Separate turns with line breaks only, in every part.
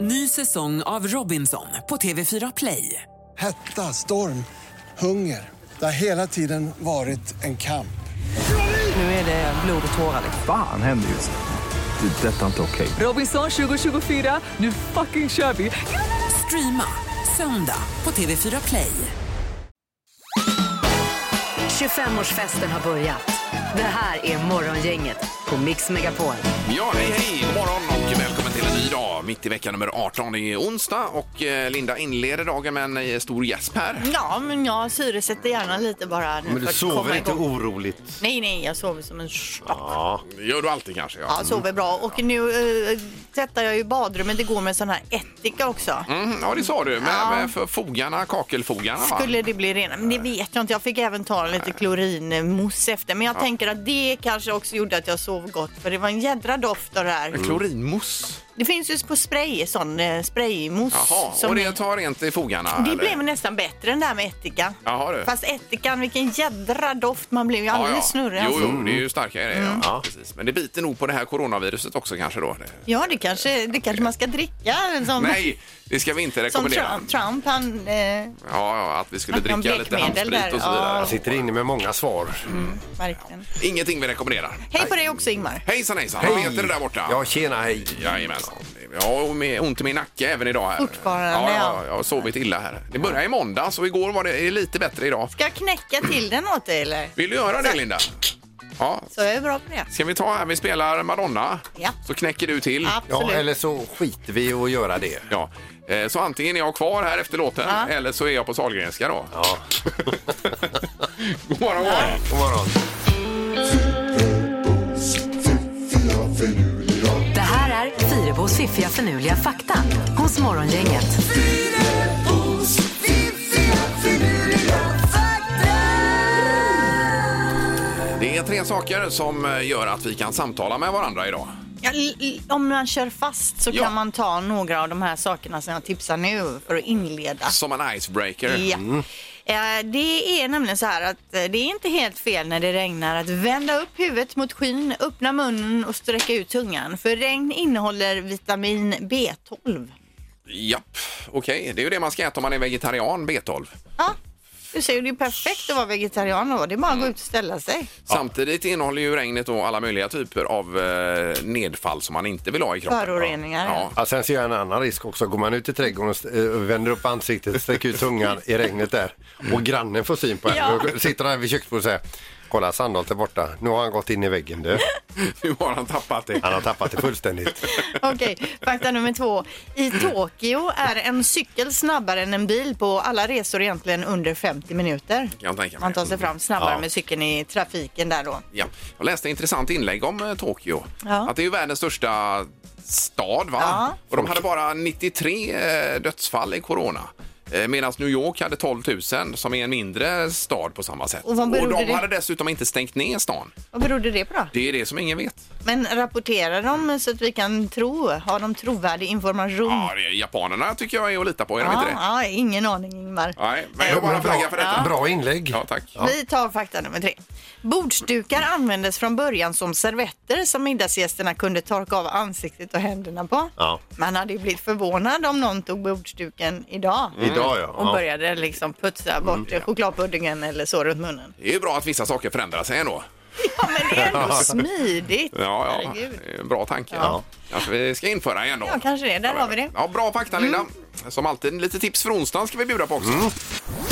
Ny säsong av Robinson på TV4 Play.
Hetta, storm, hunger. Det har hela tiden varit en kamp.
Nu är det blod och tårar. liksom.
Fan händer just nu. Det. är Detta är inte okej.
Robinson 2024, nu fucking kör vi! Streama söndag på TV4 Play.
25-årsfesten har börjat. Det här är Morgongänget på Mix Megapol.
Ja, hej, hej! God morgon och välkommen till en ny dag. Mitt i vecka nummer 18. Det är onsdag och eh, Linda inleder dagen med en eh, stor gäsp här.
Ja, men jag syresätter gärna lite bara. nu
Men
för
du
att komma
sover inte
igång.
oroligt?
Nej, nej, jag sover som en slapp.
Ja.
Det gör du alltid kanske. Ja.
Ja, sover bra. Och nu uh, tvättar jag ju badrummet igår med sån här ättika också.
Mm, ja, det sa du. Med, med för fogarna, kakelfogarna va?
Skulle det bli rena? Men det vet jag inte. Jag fick även ta lite klorinmousse efter. Men jag tänker att det kanske också gjorde att jag sov gott. För det var en jädra doft av det här.
Klorinmousse.
Det finns ju på spray, sån eh, spraymousse.
Jaha,
som
och
är-
det tar rent i fogarna?
Det
eller?
blev nästan bättre än det här med ättika.
Jaha, du.
Fast ättikan, vilken jädra doft man blev. Jag är alldeles snurrig.
Jo,
alltså.
jo, det är ju starkare det. Ja.
Mm.
Precis. Men det biter nog på det här coronaviruset också kanske då.
Ja, det kanske, det kanske man ska dricka. Som,
Nej, det ska vi inte
som
rekommendera.
Trump, Trump han... Eh,
Ja, ja, att vi skulle
Att man
dricka lite
blekmedel
handsprit och så
där, ja.
vidare. Mm.
Jag sitter inne med många svar.
verkligen.
Ingenting vi rekommenderar.
Hej på dig också Ingmar.
Hejsan hejsan, vad heter det där borta?
Ja, tjena, hej.
Jajamensan. Jag har med- ont i min nacke även idag. Här.
Fortfarande,
ja,
ja.
ja. Jag har sovit illa här. Det började i måndag så igår var det är lite bättre idag.
Ska jag knäcka till den åt dig eller?
Vill du göra det Linda? Ja.
Så jag är bra på det.
Ska vi ta här, vi spelar Madonna.
Ja.
Så knäcker du till.
Ja,
Absolut.
eller så skiter vi i att göra det.
Ja. Eh, Så antingen är jag kvar här efter låten
Ja.
eller så är jag på Sahlgrenska då.
Ja.
God morgon, god morgon.
God morgon.
Det här är Fyrabos fiffiga förnuliga fakta hos Morgongänget.
Det är tre saker som eh, gör att vi kan samtala med varandra idag.
Ja, l- l- om man kör fast så
Ja.
kan man ta några av de här sakerna som jag tipsar nu för att inleda.
Som en icebreaker. Mm.
Ja. Eh, Det är nämligen så här att eh, det är inte helt fel när det regnar att vända upp huvudet mot skyn, öppna munnen och sträcka ut tungan. För regn innehåller vitamin B12.
Japp, okej. Det är ju det man ska äta om man är vegetarian, B12.
Ja, du ser ju det är perfekt att vara vegetarian då. Det är bara att gå
Mm.
ut och ställa sig.
Samtidigt innehåller ju regnet då alla möjliga typer av eh, nedfall som man inte vill ha i kroppen.
Föroreningar,
Ja. alltså,
Ja, sen ser jag en annan risk också. Går man ut i trädgården och st- eh, vänder upp ansiktet, sträcker ut tungan i regnet där och grannen får syn på en.
Ja.
Då sitter han vid köksbordet och säger Kolla Sandholt är borta. Nu har han gått in i väggen du.
Ja. Nu har han tappat det.
Han har tappat det fullständigt.
Okej, fakta nummer två. I Tokyo är en cykel snabbare än en bil på alla resor egentligen under 50 minuter.
Kan jag tänka mig.
Man tar sig fram snabbare
Ja.
med cykeln i trafiken där då.
Ja. Jag läste ett intressant inlägg om eh, Tokyo.
Ja.
Att det är ju världens största stad, va?
Ja.
Och de hade bara 93 eh, dödsfall i corona. Eh, Medan New York hade 12 000 som är en mindre stad på samma sätt.
Och vad
och
berodde
de
det-
hade dessutom inte stängt ner stan.
Vad berodde det på då?
Det är det som ingen vet.
Men rapporterar de så att vi kan tro? Har de trovärdig information?
Ja, det är japanerna tycker jag är att lita på, är de
Ja,
inte det?
ja, ingen aning Ingmar.
Nej, men jag bara flaggar för detta.
Bra inlägg.
Ja, tack.
Vi tar fakta nummer tre. Bordsdukar användes från början som servetter som middagsgästerna kunde torka av ansiktet och händerna på.
Ja.
Man hade ju blivit förvånad om någon tog bordsduken idag
Idag
och
ja. ja.
började liksom putsa bort chokladpuddingen eller så runt munnen.
Det är ju bra att vissa saker förändrar sig ändå.
Ja, men det är ändå smidigt.
Ja, ja.
Herregud.
Eh, Bra tanke.
Ja.
Kanske vi ska införa igen då.
Ja, kanske det. Där har vi det.
Ja, bra fakta,
Mm.
Linda. Som alltid, lite tips för onsdagen ska vi bjuda på också.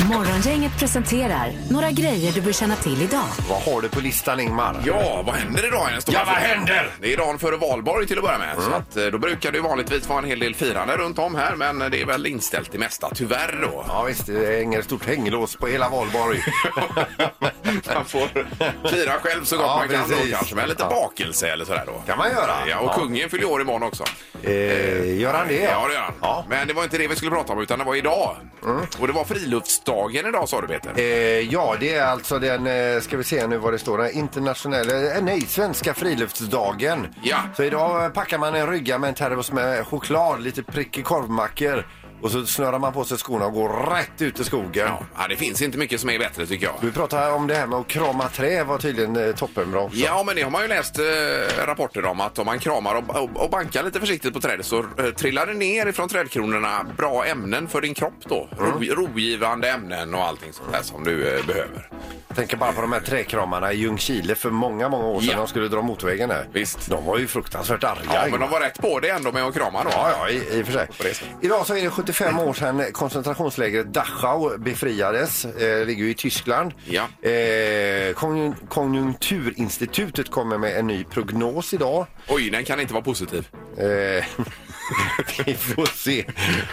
Morgongänget presenterar några grejer du bör känna till idag.
Vad har du på listan Ingmar?
Ja, vad händer idag? En stor
Ja, vad händer? Mm.
Det är dagen före valborg till att börja med. Så att, eh, då brukar det ju vanligtvis vara en hel del firande runt om här, men det är väl inställt det mesta, tyvärr då.
Ja visst, det hänger ett stort hänglås på hela valborg.
man får fira själv så gott
Ja,
man kan
precis.
då kanske, med lite
Ja.
bakelse eller sådär då.
Kan man göra.
Ja, och
Ja.
kungen fyller år imorgon också.
Eh, gör han det?
Ja, det gör han.
Ja. Mm.
Men det var inte det vi skulle prata om, utan det var idag. Och det var friluftsdagen idag, sa du Peter.
Eh, ja, det är alltså den, eh, ska vi se nu vad det står, den internationella, eh, nej, svenska friluftsdagen.
Ja.
Så idag eh, packar man en rygga med en termos med choklad, lite prickig korvmackor Och så snörar man på sig skorna och går rätt ut i skogen.
Ja, ja, det finns inte mycket som är bättre tycker jag.
Du pratar om det här med att krama trä var tydligen eh, toppenbra också.
Ja, men det har man ju läst eh, rapporter om att om man kramar och, och, och bankar lite försiktigt på trädet så eh, trillar det ner ifrån trädkronorna bra ämnen för din kropp då. Ro, rogivande ämnen och allting sånt där som du eh, behöver.
Tänker bara på de här träkramarna i Ljungskile för många, många år sedan.
Ja.
De skulle dra motorvägen här.
Visst.
De var ju fruktansvärt arga.
Ja, men de var rätt på det ändå med att krama då.
Ja, ja, i, i och för sig.
det sättet.
Idag så är det
Mm.
75 år sedan koncentrationslägret Dachau befriades. Eh, ligger ju i Tyskland.
Ja.
Eh, konjun- konjunkturinstitutet kommer med en ny prognos idag.
Oj, den kan inte vara positiv.
Eh, vi får se.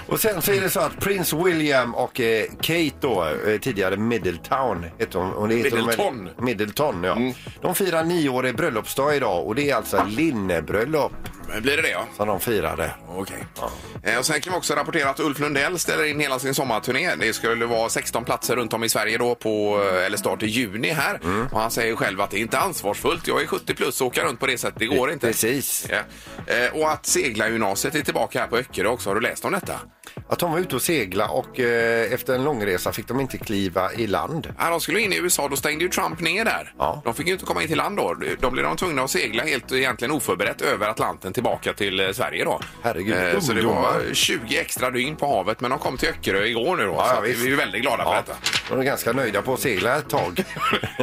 Och sen så är det så att prins William och eh, Kate då, eh, tidigare Middletown, heter hon, och det heter hon väl-
Middleton. Mm.
Middleton, ja. De firar nioårig bröllopsdag idag och det är alltså linnebröllop
Men Blir det det ja?
som de firade.
Okej. Eh, Och sen kan vi också rapportera att Ulf Lundell ställer in hela sin sommarturné. Det skulle vara 16 platser runt om i Sverige då på, eh, eller start i juni här. Och han säger själv att det är inte ansvarsfullt. Jag är 70 plus och åka runt på det sättet, det går inte.
Precis.
Ja. Eh, Och att seglargymnasiet är tillbaka här på Öckerö också. Har du läst om detta?
Att de var ute och segla och eh, efter en långresa fick de inte kliva i land.
Ja, de skulle in i USA, då stängde ju Trump ner där.
Ja.
De fick ju inte komma in till land då. De blev de tvungna att segla helt egentligen oförberett över Atlanten tillbaka till eh, Sverige då. Eh,
Herregud,
så det
ungdomar.
var 20 extra dygn på havet, men de kom till Öckerö igår nu då.
ja,
så att vi
visst.
är ju väldigt glada för detta.
De är ganska nöjda på att segla ett tag.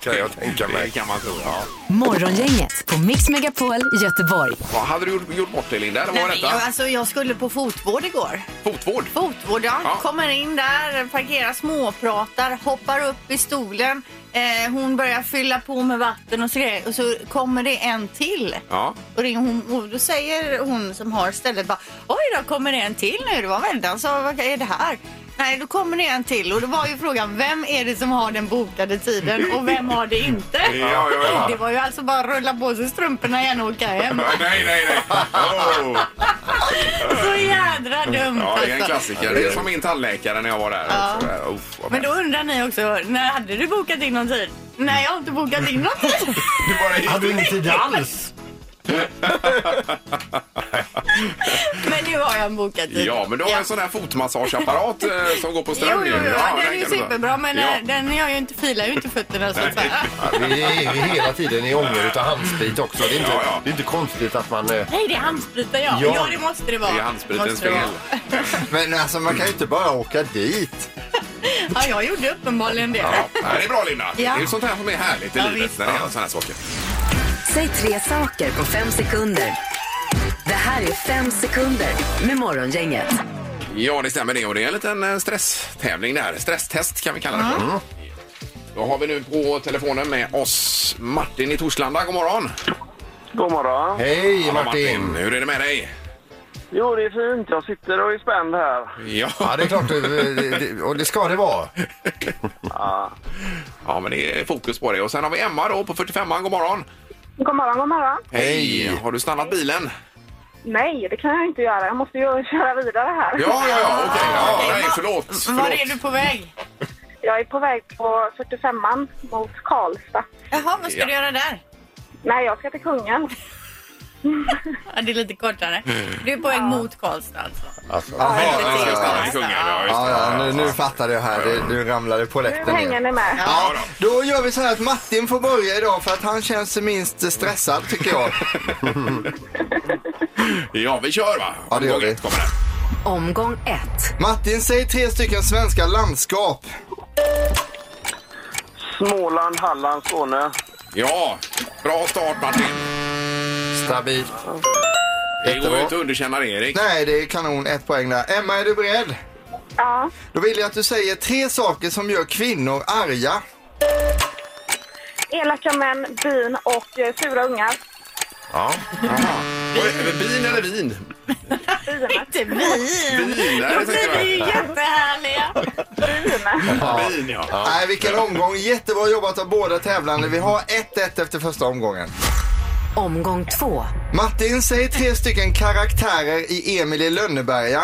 kan jag tänka
Det
mig.
kan man tro. Ja.
Morgongänget på Mix Megapol Göteborg.
Ja, hade du gjort, gjort bort dig Linda? Eller vad
Nej,
var
men jag,
detta?
alltså, jag skulle på fotvård igår.
Fotvård?
Fotvård, ja.
Ja.
Kommer in där, parkerar, småpratar, hoppar upp i stolen. Eh, hon börjar fylla på med vatten och så grejer. Och så kommer det en till.
Ja.
Och, ringer hon, och då säger hon som har stället bara Oj då kommer det en till nu. Det var väldigt, han sa vad är det här? Nej, då kommer det en till och då var ju frågan vem är det som har den bokade tiden och vem har det inte?
ja, ja.
Det var ju alltså bara att rulla på sig strumporna igen och åka hem.
Nej, nej, nej. Oh.
Så jädra dumt
Ja, det är en
alltså.
klassiker. Det är som min tandläkare när jag var där.
Ja.
Så, eh, uff, vad
Men då undrar ni också, när hade du bokat in någon tid? Nej, jag har inte bokat in någon tid.
Det var det-
Hade ingen tid alls!
Men nu har jag en bokad tid.
Ja, men du har en sån här fotmassageapparat eh, som går på ström.
Jo, jo, jo. Ja, den
den
är ju
kan du ta.
superbra men
Ja.
eh, den gör ju inte, filar ju inte fötterna så att säga.
Vi är ju hela tiden i ånger utav handsprit också. Det är inte,
Ja, ja.
Det är inte konstigt att man... eh,
Nej, det är handspriten ja.
Ja.
ja. det måste det vara.
Det är handspritens
Måste det
fel.
vara.
Men alltså man kan ju inte bara åka dit.
Ja, jag gjorde uppenbarligen det.
Ja, det är bra Linda. Det är
Ja.
ju sånt här som är härligt i
Ja,
livet
visst.
när det händer såna här saker.
Säg tre saker på fem sekunder. Det här är fem sekunder med Morgongänget.
Ja, det stämmer det. Och det är en liten eh, stresstävling det här. Stresstest kan vi kalla det
Mm.
för. Då har vi nu på telefonen med oss Martin i Torslanda. God morgon!
God morgon.
Hej
Hallå,
Martin!
Hur är det med dig?
Jo, det är fint. Jag sitter och är spänd här.
Ja,
Ja, det är klart. du, eh, det- Och det ska det vara.
ja, men det är fokus på det. Och sen har vi Emma då på 45an. God morgon!
God morgon, god morgon.
Hej! Har du stannat bilen?
Nej, det kan jag inte göra. Jag måste ju köra vidare här.
Ja, ja, ja, okej. Ja,
Okej,
nej,
va-
förlåt.
Var är
förlåt.
du på väg?
Jag är på väg på 45an mot Karlstad.
Jaha, vad ska
Ja.
du göra där?
Nej, jag ska till Kungen.
Ja, det är lite kortare. Du är på väg mot Karlstad alltså.
Jaha,
Ja, ja, ja, ja,
ja,
till kungen, ja, just
ja,
det.
ja, nu, nu fattar jag här. Du, du ramlade på
Nu
läkten
hänger
igen.
ni med.
Ja, då gör vi så här att Martin får börja idag för att han känns minst stressad tycker jag.
Ja, vi kör va?
Ja, det gör
Omgång
vi.
ett Kommer det.
Omgång ett.
Martin, säg tre stycken svenska landskap.
Småland, Halland, Skåne.
Ja, bra start Martin.
Stabilt.
Det går
Jättebra.
ju inte att underkänna Erik.
Nej, det är kanon. Ett poäng där. Emma, är du beredd?
Ja.
Då vill jag att du säger tre saker som gör kvinnor arga.
Elaka män, bin och eh, sura ungar.
Oj, är det Bin eller vin?
Bin.
Inte vi!
Bin, där
Då
tänkte
blir vi ju
jag.
jättehärliga.
bin.
Bin, ja.
Nej, vilken omgång. Jättebra jobbat av båda tävlande. Vi har 1-1 efter första omgången.
Omgång två.
Martin, säg tre stycken karaktärer i Emil i Lönneberga.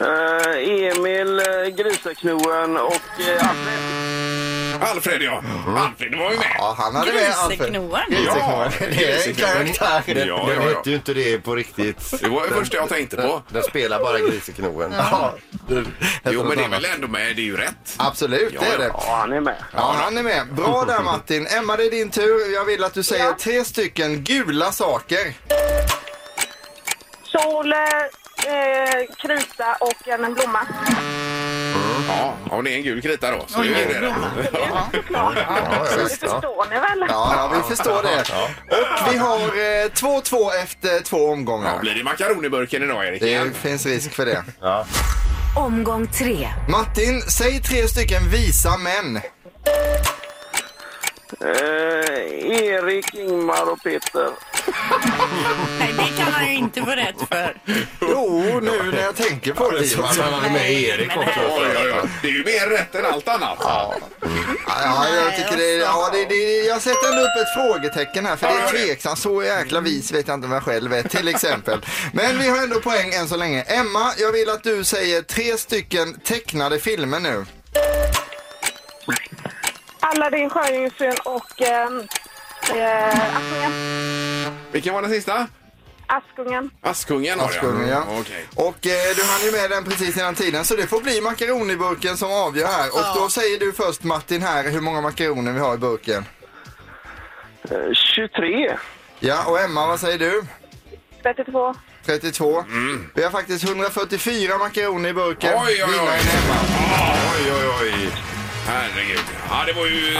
Eh, Emil, eh, Griseknoen och eh, Astrid.
Alfred ja.
Mm.
Alfred var ju med.
Ja, han hade med Alfred.
Griseknoaren.
Griseknoaren. Det är en karaktär.
Ja, ja,
Den
ja.
hette ju inte det på riktigt.
Det var det första jag tänkte på.
Den, den spelar bara Griseknoen.
Ja. det-
Jo, men det är väl ändå med. Det är ju rätt.
Absolut,
Ja,
det är
ja. Mm.
det.
Ja, han är med.
Ja, han är med. Bra där Martin. Emma, det är din tur. Jag vill att du säger
Ja.
tre stycken gula saker.
Sol, eh, krita och en blomma.
Mm. Ja, och det är en gul krita då. Så
Oj,
det är
oj,
det
oj.
då.
Ja, såklart.
Ja, ja,
Det
visst, ja.
förstår ni väl?
Ja, ja vi förstår det. Och vi har eh, 2-2 efter två
Ja,
omgångar.
blir det makaroniburken idag, Erik?
Det finns risk för det.
Omgång tre.
Martin, säg tre stycken visa män.
Eh, Erik, Ingmar och Peter.
Nej, det kan han ju inte få rätt för.
Jo, nu när jag tänker på det. Ivan.
Han hade med Erik också.
Oj, oj, oj. Det är ju mer rätt än allt annat.
Ja, jag tycker det, ja, det, det, jag sätter ändå upp ett frågetecken här för det är tveksamt. Så jäkla vis vet jag inte om jag själv är till exempel. Men vi har ändå poäng än så länge. Emma, jag vill att du säger tre stycken tecknade filmer nu.
Aladdin, Sjöjungfrun och eh, eh, Askungen.
Vilken var den sista?
Askungen.
Askungen har jag.
Askungen, ja.
Okej.
Och eh, du hann ju med den precis innan tiden så det får bli makaroniburken som avgör här. Och då säger du först Martin här hur många makaroner vi har i burken.
Eh, 23.
Ja, och Emma vad säger du?
32.
32. Vi har faktiskt 144 makaroner i burken.
Mm. Oj, oj, oj.
Vinnaren är Emma.
Oj, oj, oj. Herregud. Ja, det var ju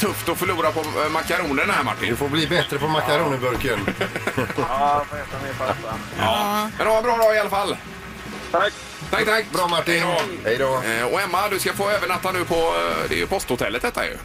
tufft att förlora på eh, makaronerna här,
Du
Martin.
får bli bättre på makaroniburken.
Ja, får äta min pasta.
Men ha en bra dag i alla fall.
Tack.
Tack, tack.
Bra Martin.
Hej då.
Hej då.
Eh, Och Emma, du ska få övernatta nu på, eh, det är ju posthotellet detta ju.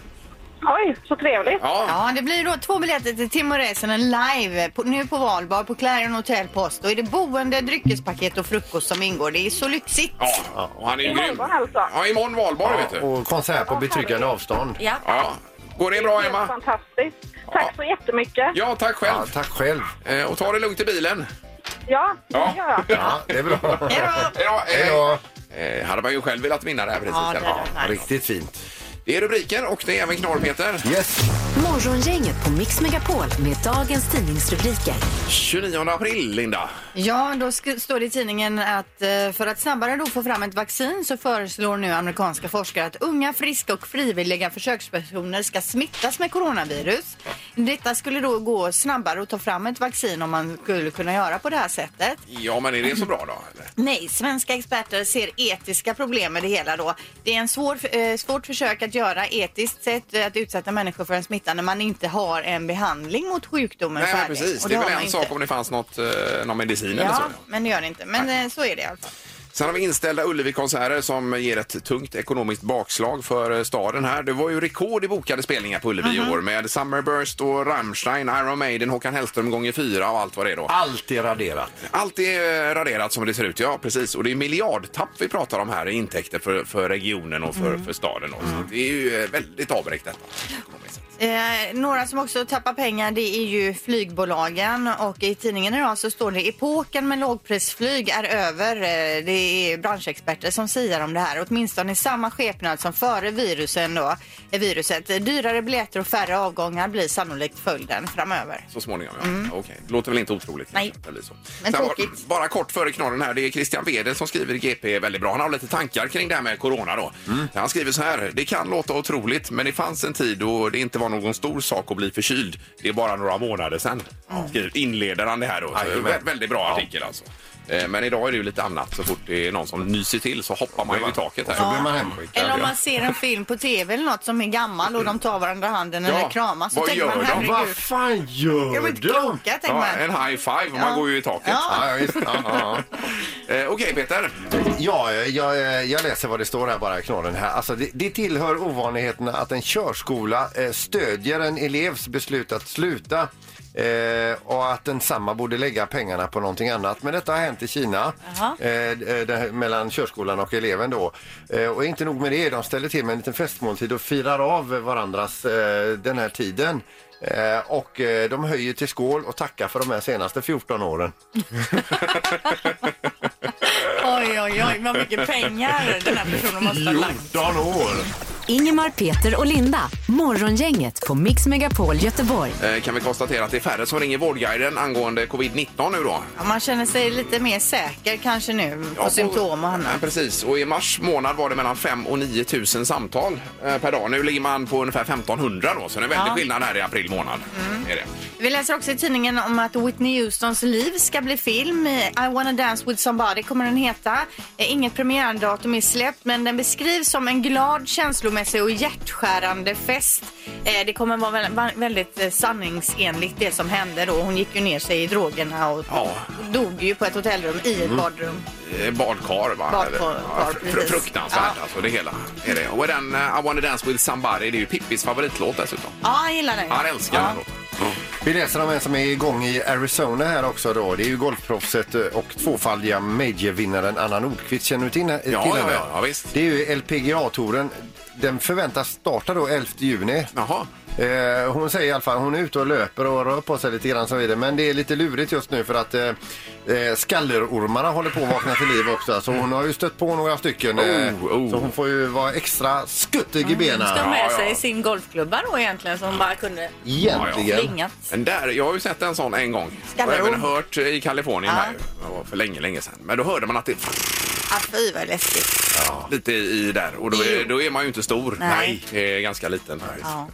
Oj, så trevligt.
Ja,
Ja, det blir då två biljetter till Timo Räisänen live på, nu på valbar på Clarion Hotel Post. Och är det boende, dryckespaket och frukost som ingår. Det är så lyxigt.
ja. och han är ju grym.
Imorgon alltså.
Ja, imorgon valborg vet du.
Och konsert på betryggande avstånd.
Ja.
Ja. Går det bra
Helt
Emma?
fantastiskt.
Ja.
Tack så jättemycket.
Ja, tack
Ja,
själv.
tack själv.
Eh, Och ta det lugnt i bilen.
Ja,
Ja.
det gör jag.
Ja, det är bra.
Hej då!
Hej då.
Hej då.
Eh, Hade man ju själv velat vinna det här precis.
Ja, det
eller?
hade man.
Riktigt fint.
det är rubriken och det är även knorr Peter.
Yes.
Morgongänget på Mix Megapol med dagens tidningsrubriker.
29 april, Linda.
Ja, då sk- står det i tidningen att eh, för att snabbare då få fram ett vaccin så föreslår nu amerikanska forskare att unga, friska och frivilliga försökspersoner ska smittas med coronavirus. Detta skulle då gå snabbare att ta fram ett vaccin om man skulle kunna göra på det här sättet.
Ja, men är det så bra då? Eller?
Nej, svenska experter ser etiska problem med det hela då. Det är en svår, eh, svårt försök att göra etiskt sett eh, att utsätta människor för en smitta när man inte har en behandling mot sjukdomen
Nej, men
färdig.
precis.
Och
Det är
har
väl
man
en
inte.
sak om det fanns något, eh, någon medicin eller så.
Ja, men det gör det inte. Men eh, så är det i alla fall.
Sen har vi inställda Ullevi-konserter som ger ett tungt ekonomiskt bakslag för eh, staden här. Det var ju rekord i bokade spelningar på Ullevi
Mhm.
i år med Summerburst och Rammstein, Iron Maiden, Håkan Hellström gånger fyra och allt vad det är då.
Allt är raderat.
Allt är eh, raderat som det ser ut, ja precis. Och det är miljardtapp vi pratar om här i intäkter för, för regionen och för,
Mm.
för staden. Också. Det är ju eh, väldigt avbräckt detta. ekonomiskt sett.
Eh, några som också tappar pengar det är ju flygbolagen och i tidningen idag så står det epoken med lågprisflyg är över. Eh, det är branschexperter som säger om det här, åtminstone i samma skepnad som före virusen då, eh, viruset. Dyrare biljetter och färre avgångar blir sannolikt följden framöver.
Så småningom, ja. Mm. Det låter väl inte otroligt.
Nej.
kanske, att det blir så.
Men
Sen var-
tråkigt.
Bara kort före knorren här. Det är Christian Wedel som skriver i GP väldigt bra. Han har lite tankar kring det här med corona då.
Mm.
Han skriver så här. Det kan låta otroligt, men det fanns en tid då det inte var någon stor sak att bli förkyld. Det är bara några månader sedan. Skriver, inleder han det här då. Så
Jajamän.
vä- väldigt bra artikel alltså. Eh, Men idag är det ju lite annat. Så fort det är någon som nyser till så hoppar man ju i taket här.
Så blir man hemskickad.
Eller om man ser en film på tv eller något som är gammal och de tar varandra i handen eller
Ja,
kramas så
vad
tänker man
gör de?
Vad
herregud.
fan
Jag
gör
blir
du?
inte kloka tänker
Ja,
man.
en high five och man
Ja.
går ju i taket.
Ja.
Ja, visst. Ja, ja, ja.
Eh, Okej Peter.
Ja, jag, jag läser vad det står här bara, knorren här. Alltså, det, det tillhör ovanligheterna att en körskola eh, stödjer en elevs beslut att sluta eh, och att densamma borde lägga pengarna på någonting annat. Men detta har hänt i Kina
Jaha.
eh, det här mellan körskolan och eleven då. Eh, och inte nog med det, de ställer till med en liten festmåltid och firar av varandras eh, den här tiden. Eh, och eh, de höjer till skål och tackar för de här senaste 14 åren.
Oj, oj, oj, vad mycket pengar den här personen måste ha lagt.
14 år!
Ingemar, Peter och Linda. Morgongänget på Mix Megapol Göteborg.
Eh, Kan vi konstatera att det är färre som ringer Vårdguiden angående covid-19 nu då?
Ja, man känner sig lite mer säker kanske nu på
Ja,
symptom och
Ja,
annat.
precis. Och i mars månad var det mellan 5 och 9 000 samtal eh, per dag. Nu ligger man på ungefär 1500 då, så det är väldigt
Ja. Mm.
skillnad här i april månad. Är det.
Vi läser också i tidningen om att Whitney Houstons liv ska bli film. I wanna dance with somebody kommer den heta. Eh, Inget premiärdatum är släppt men den beskrivs som en glad, känslomässig och hjärtskärande fest. Eh, Det kommer vara vä- va- väldigt eh, sanningsenligt det som hände då. Hon gick ju ner sig i drogerna och
Ja. Mm.
dog ju på ett hotellrum i ett badrum.
Eh, Badkar, va?
Badkar,
Ja, fr-
precis.
fruktansvärt
Ja.
alltså, det hela. Är det. Och den eh, I wanna dance with somebody, det är ju Pippis favoritlåt dessutom.
Ja, jag gillar den.
Han älskar
Ja.
den låten.
Vi läser om en som är igång i Arizona här också då. Det är ju golfproffset eh, och tvåfaldiga majorvinnaren Anna Nordqvist. Känner du till, ja, till
Ja, ja,
henne?
ja, ja, visst.
Det är ju LPGA-touren. Den förväntas starta då 11 juni.
Jaha.
Eh, hon säger i alla fall, hon är ute och löper och rör på sig lite grann så vidare. Men det är lite lurigt just nu för att eh, eh, skallerormarna håller på att vakna till liv också. Så hon har ju stött på några stycken. eh,
Oh, oh.
Så hon får ju vara extra skuttig i benen.
Mm, Ska ha
Ja,
med
ja.
sig sin golfklubba då egentligen som bara kunde
Egentligen.
slingat.
Men där, jag har ju sett en sån en gång. Och
Skallerorm.
även hört eh, i Kalifornien
Ja.
här. Det var för länge, länge sedan. Men då hörde man att det
Ah, fy vad läskigt.
lite i där och då är, då är man ju inte stor.
Nej.
Det är ganska liten faktiskt.
Ja.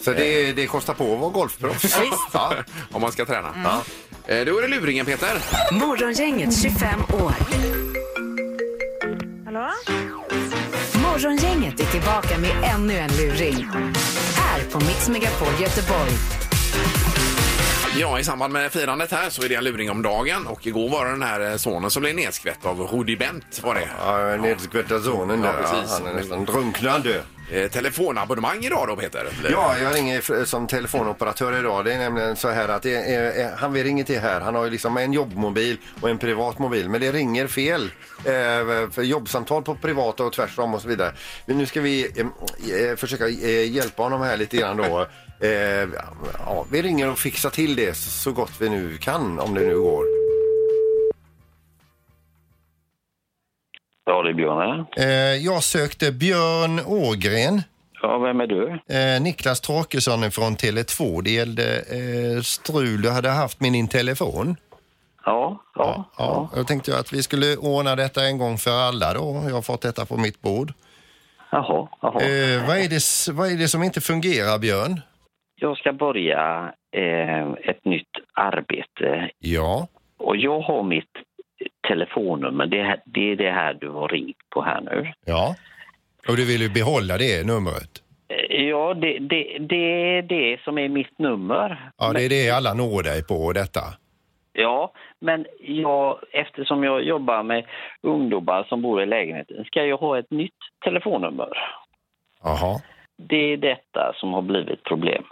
Så det, det kostar på att vara golfproffs. Ja.
Om man ska träna.
Mm.
Ja. Eh, Då är det luringen Peter.
Morgongänget 25 år.
Hallå?
Morgongänget är tillbaka med ännu en luring. Här på Mix Megapol Göteborg.
Ja, i samband med firandet här så är det en luring om dagen och igår var det den här eh, sonen som blev nedskvätt av Hoodie Bent var det.
Ja, nedskvätta zonen
Ja,
där. Ja,
precis.
han är nästan drunknande.
Eh, Telefonabonnemang idag då Peter? Blir det?
Ja, jag ringer fr- som telefonoperatör idag. Det är nämligen så här att det är, är, han vi ringer till här, han har ju liksom en jobbmobil och en privat mobil. Men det ringer fel. Eh, för jobbsamtal på privata och tvärtom och så vidare. Men nu ska vi eh, eh, försöka eh, hjälpa honom här lite grann då. Eh, ja, vi ringer och fixar till det så så gott vi nu kan, om det nu går.
Ja, det är Björn här.
Eh, jag sökte Björn Ågren.
Ja, vem är du?
Eh, Niklas Trakesson från Tele2. Det gällde eh, strul du hade haft med din telefon.
Ja, ja,
Ja,
ja.
Då tänkte jag att vi skulle ordna detta en gång för alla då. Jag har fått detta på mitt bord.
Jaha, jaha.
Eh, vad, är det, s- vad är det som inte fungerar, Björn?
Jag ska börja eh, ett nytt arbete
Ja.
och jag har mitt telefonnummer. Det, här- det är det här du har ringt på här nu.
Ja. Och du vill ju behålla det numret?
Eh, Ja, det, det, det är det som är mitt nummer.
Ja, det är det alla når dig på detta.
Ja, men jag, eftersom jag jobbar med ungdomar som bor i lägenheten ska jag ha ett nytt telefonnummer.
Jaha.
Det är detta som har blivit problem.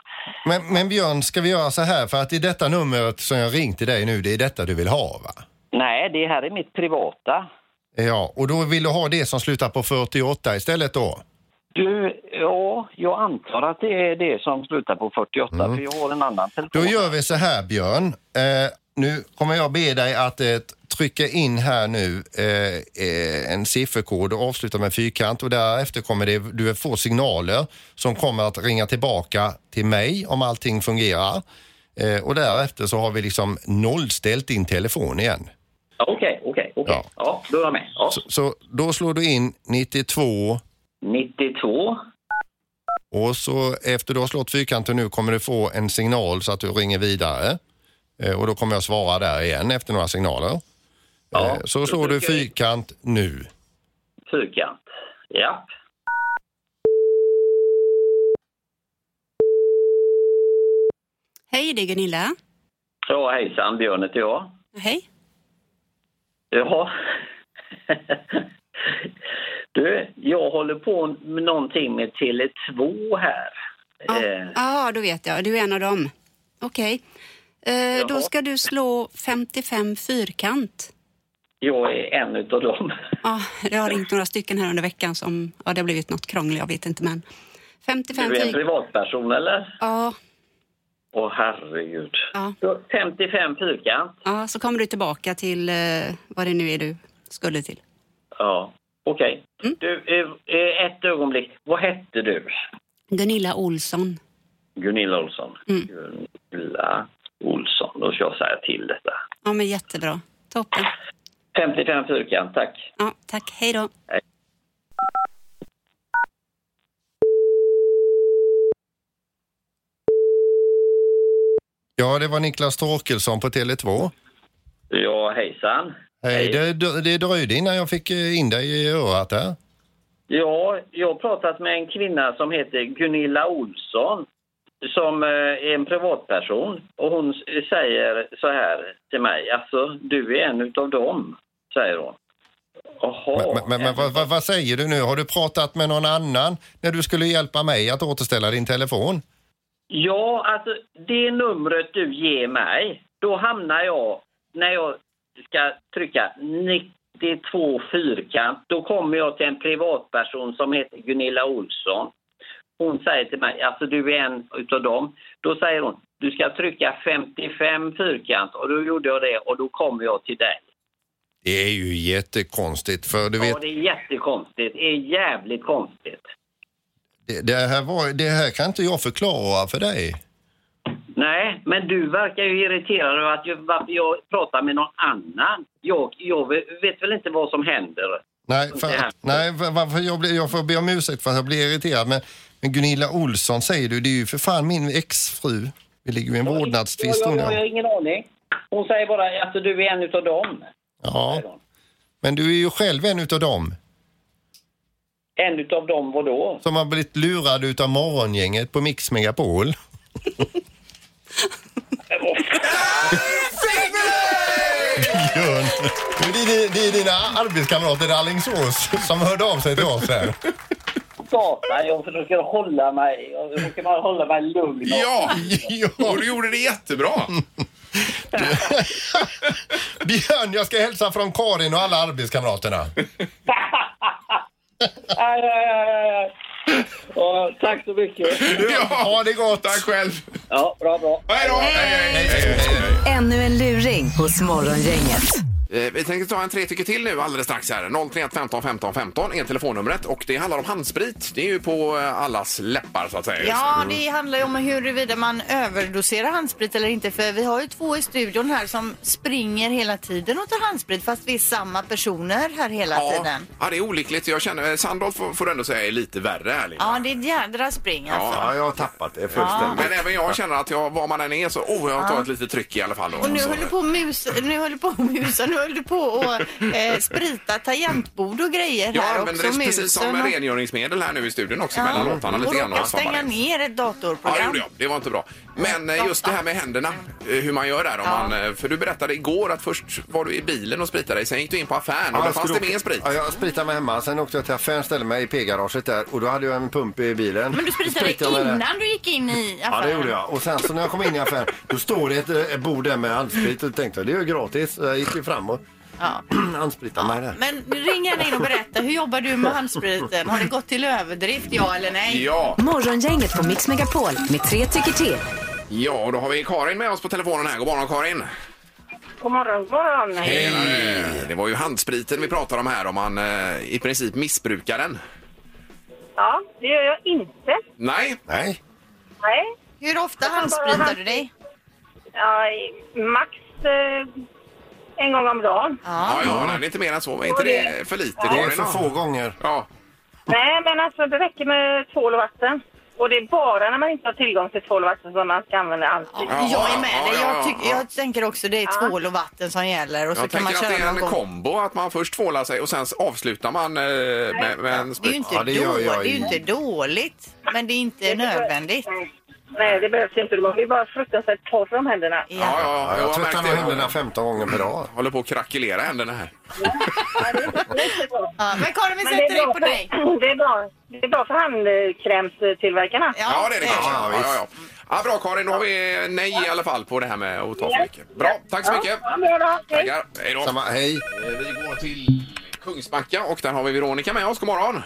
Men, men Björn, ska vi göra så här? För att det är detta numret som jag ringt till dig nu, det är detta du vill ha, va?
Nej, det här är mitt privata.
Ja, och då vill du ha det som slutar på 48 istället då?
Du, ja, jag antar att det är det som slutar på 48
Mm.
för jag har en annan telefon.
Då gör vi så här Björn. Eh, nu kommer jag be dig att eh, trycka in här nu eh, eh, en sifferkod och avsluta med fyrkant och därefter kommer det, du får signaler som kommer att ringa tillbaka till mig om allting fungerar. Eh, och därefter så har vi liksom nollställt din telefon igen.
Okej, okej, okej.
Ja.
Ja, då är jag med. Ja.
Så, så då slår du in 92
92.
och så efter du har slått fyrkanten nu kommer du få en signal så att du ringer vidare. Eh, och då kommer jag svara där igen efter några signaler.
Ja.
Eh, Så slår du
Okej.
fyrkant nu.
Fyrkant. Ja.
Hej, det är Gunilla.
Ja, hejsan. Björn heter jag.
Hej.
Jaha. Du, jag håller på med någonting med Tele2 här.
Ja,
Eh,
ah, då vet jag. Du är en av dem. Okej. Eh,
Jaha.
då ska du slå 55 fyrkant.
jag är en utav dem.
Ja, det har ringt några stycken här under veckan som... Ja, det har blivit något krångel, jag vet inte, men... 55
Du är en
fyrkant.
privatperson, eller?
Ja,
Åh, herregud.
ja,
Så, 55 fyrkant.
ja, så kommer du tillbaka till eh, vad det nu är du skulle till.
Ja. Okej.
Mm.
Du, eh, eh, ett ögonblick. Vad hette du?
Gunilla Olsson.
Gunilla Olsson. Gunilla Olsson. Då ska jag säga till detta.
Ja, men jättebra. Toppen.
55 fyrkant, tack.
Ja, tack. Hej då.
Hej.
Ja, det var Niklas Torkelsson på Tele2.
Ja, hejsan.
Hej. Det, det dröjde innan jag fick eh, in dig i örat där.
Ja, jag har pratat med en kvinna som heter Gunilla Olsson som eh, är en privatperson och hon s- säger så här till mig, alltså du är en utav dem, säger hon. Jaha.
Men, men, men vad, vad, vad säger du nu? Har du pratat med någon annan när du skulle hjälpa mig att återställa din telefon?
Ja, alltså det numret du ger mig, då hamnar jag, när jag ska trycka 92 fyrkant, då kommer jag till en privatperson som heter Gunilla Olsson. Hon säger till mig, alltså du är en utav dem. Då säger hon, du ska trycka 55 fyrkant och då gjorde jag det och då kommer jag till dig.
Det är ju jättekonstigt för du vet,
Ja, det är jättekonstigt. Det är jävligt konstigt.
det, det, här var, det här kan inte jag förklara för dig.
Nej, men du verkar ju irriterad över att jag, varför jag pratar med någon annan. Jag, jag vet väl inte vad som händer.
Nej, för,
Det här-
nej va- varför jag, blir, jag får be om ursäkt för att jag blir irriterad men, men Gunilla Olsson säger du, det är ju för fan min exfru. Vi ligger ju i en
Jag,
vårdnadstvist
jag,
hon
jag har
ja.
ingen aning. Hon säger bara att alltså, du är en utav dem.
ja. Men du är ju själv en utav dem
En utav dem vad då?
som har blivit lurad utav morgongänget på Mix Megapol. Björn. Det är, din- det är dina arbetskamrater i Alingsås som hörde av sig till oss här.
Satan, jag försöker hålla mig, jag försöker bara hålla mig lugn. och-
Ja,
Ja,
och du gjorde det jättebra.
Björn, jag ska hälsa från Karin och alla arbetskamraterna.
Aj, aj, aj, aj, aj. Ja, tack så mycket.
Ja.
Ha det gott!
Tack själv.
Ja, bra, bra.
Hej då! Hej, hej, hej, hej, hej.
Ännu en luring hos Morgongänget.
Eh, Vi tänker ta en tre tycker till nu alldeles strax här. 031 15 15 15 är telefonnumret och det handlar om handsprit. Det är ju på eh, allas läppar så att säga. Mm.
Ja, det handlar ju om huruvida man överdoserar handsprit eller inte. För vi har ju två i studion här som springer hela tiden och tar handsprit fast vi är samma personer här hela
ja.
tiden.
ja, det är olyckligt. Jag känner, eh, Sandolf får, får ändå säga är lite värre här. Linda.
Ja, det är ett jädra spring alltså.
Ja, jag har tappat det
Men även jag känner att jag, var man än är så, oh, jag tar ett litet tryck i alla fall. Då.
Och nu
så,
höll du på att musa, nu höll du på att musa, nu höll du på att eh, sprita tangentbord och grejer
jag
här också.
använder det precis som
musen och-
rengöringsmedel här nu i studion också
Ja.
mellan låtarna lite
Och
grann.
råkar
och sabbar
stänga
in.
ner ett
Ja, det
datorprogram.
gjorde jag. Det var inte bra. Men eh, just det här med händerna, eh, hur man gör där. Om
Ja.
man, eh, för du berättade igår att först var du i bilen och spritade dig, sen gick du in på affären och då
Ja,
fanns
jag skulle
det mer
åka-
sprit.
Ja, jag spritade mig hemma. Sen åkte jag till affären, ställde mig i P-garaget där och då hade jag en pump i bilen.
Men du
Då
spritade
jag med det.
innan du gick in i
Ja,
affären?
det gjorde jag. Och sen så när jag kom in i affären, då står det ett, eh, bord där med handsprit och då tänkte jag, det är ju gratis. Så Jag gick ju fram och
Ja.
handspritade mig där.
Men ring gärna in och berätta, hur jobbar du med handspriten? Har det gått till överdrift, ja eller nej?
Ja,
Morgongänget på Mix Megapol med tre tycker till.
ja, och då har vi Karin med oss på telefonen här. God morgon Karin!
God morgon, god morgon.
Hej! Det var ju handspriten vi pratade om här, om man eh, i princip missbrukar den.
Ja, det gör jag inte.
Nej,
Nej.
Nej.
Hur ofta handspritar du dig?
Ja, i- max eh, en gång om dagen.
ja, ja, nej, det är inte mer än så. Är inte det för lite
Det är
Karin?
för få gånger.
Ja.
Nej, men alltså det räcker med tvål och vatten. Och det är bara när man inte har tillgång till tvål och vatten som man ska använda handsprit.
Ja,
Jag är med
ja,
dig.
ja,
Jag, tyck-
ja.
jag tänker också det är tvål och vatten som gäller och så
Jag
kan man
tänker att det
köra
är en
någon gång.
kombo, att man först tvålar sig och sen avslutar man eh, med, med en
Det är ju
sprit.
inte,
Ja, det gör
då-
jag
det är ju
inte.
inte dåligt, men det är inte nödvändigt.
Nej, det behövs inte. Man blir bara fruktansvärt torr om händerna.
Ja, ja, ja,
Ja,
jag
jag
har
tvättar
märkt
mig
det.
händerna 15 gånger per dag.
håller på att krackelera händerna här.
Ja, men Karin, vi
Men det
sätter
är,
dig
bra
på dig.
för, det, är bra, det är bra för handkrämstillverkarna.
Ja, det är det kanske.
Ja,
Ja, ja, ja. Ja, bra Karin, då har vi nej i alla fall på det här med att ta för mycket. Bra, tack så mycket.
Ja, bra då. Hej.
Tackar. Hej då.
Samma, hej.
Eh, Vi går till Kungsbacka och där har vi Veronica med oss. God morgon.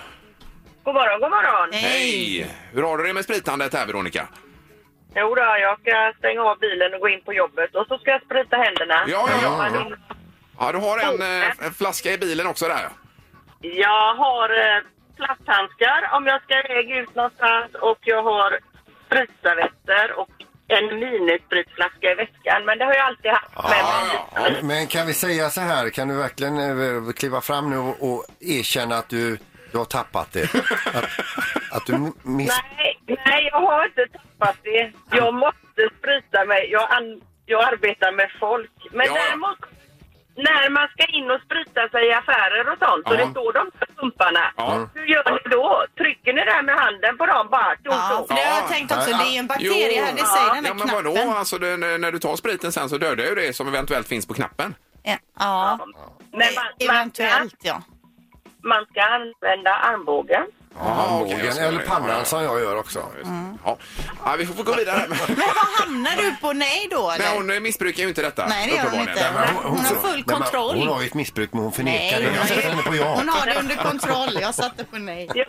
God morgon, god morgon.
Hej! Hur har du det med spritandet här Veronica?
Jo då, jag ska stänga av bilen och gå in på jobbet och så ska jag sprita händerna.
Ja, ja, ja.
Men-
Ja, du har en eh, en flaska i bilen också där.
Jag har eh, plasthandskar om jag ska iväg ut någonstans och jag har spritservetter och en minispritflaska i väskan. Men det har jag alltid haft med mig.
Men kan vi säga så här, kan du verkligen eh, kliva fram nu och, och erkänna att du, du har tappat det? Att, att du miss...
Nej, nej, jag har inte tappat det. Jag måste sprita mig. Jag, an, jag arbetar med folk. Men
Ja, ja.
däremot, när man ska in och sprita sig i affärer och sånt och
Ja.
det står de där pumparna.
Mm.
Ja.
Hur gör ni då? Trycker ni där med handen på dem bara? Då, då.
ja, men Vadå? Alltså, det, när du tar spriten sen så dödar ju det som eventuellt finns på knappen.
Ja. ja.
Men man,
Eventuellt, ja.
man ska använda armbågen.
Ja, Ah, okej, jag ska
eller
göra det.
pannan som jag gör också.
Ja. ja, vi får gå vidare.
Men vad hamnar du på nej då eller?
Men hon missbrukar ju inte detta.
Nej, det gör hon
uppenbarligen.
inte. Nej, men hon- Hon har full
men man-
kontroll.
Hon har ju ett missbruk men hon förnekar
Nej,
det.
hon
Jag
har ju-
sätter henne på ja.
Hon har det under kontroll. Jag satte på nej.
kontroll.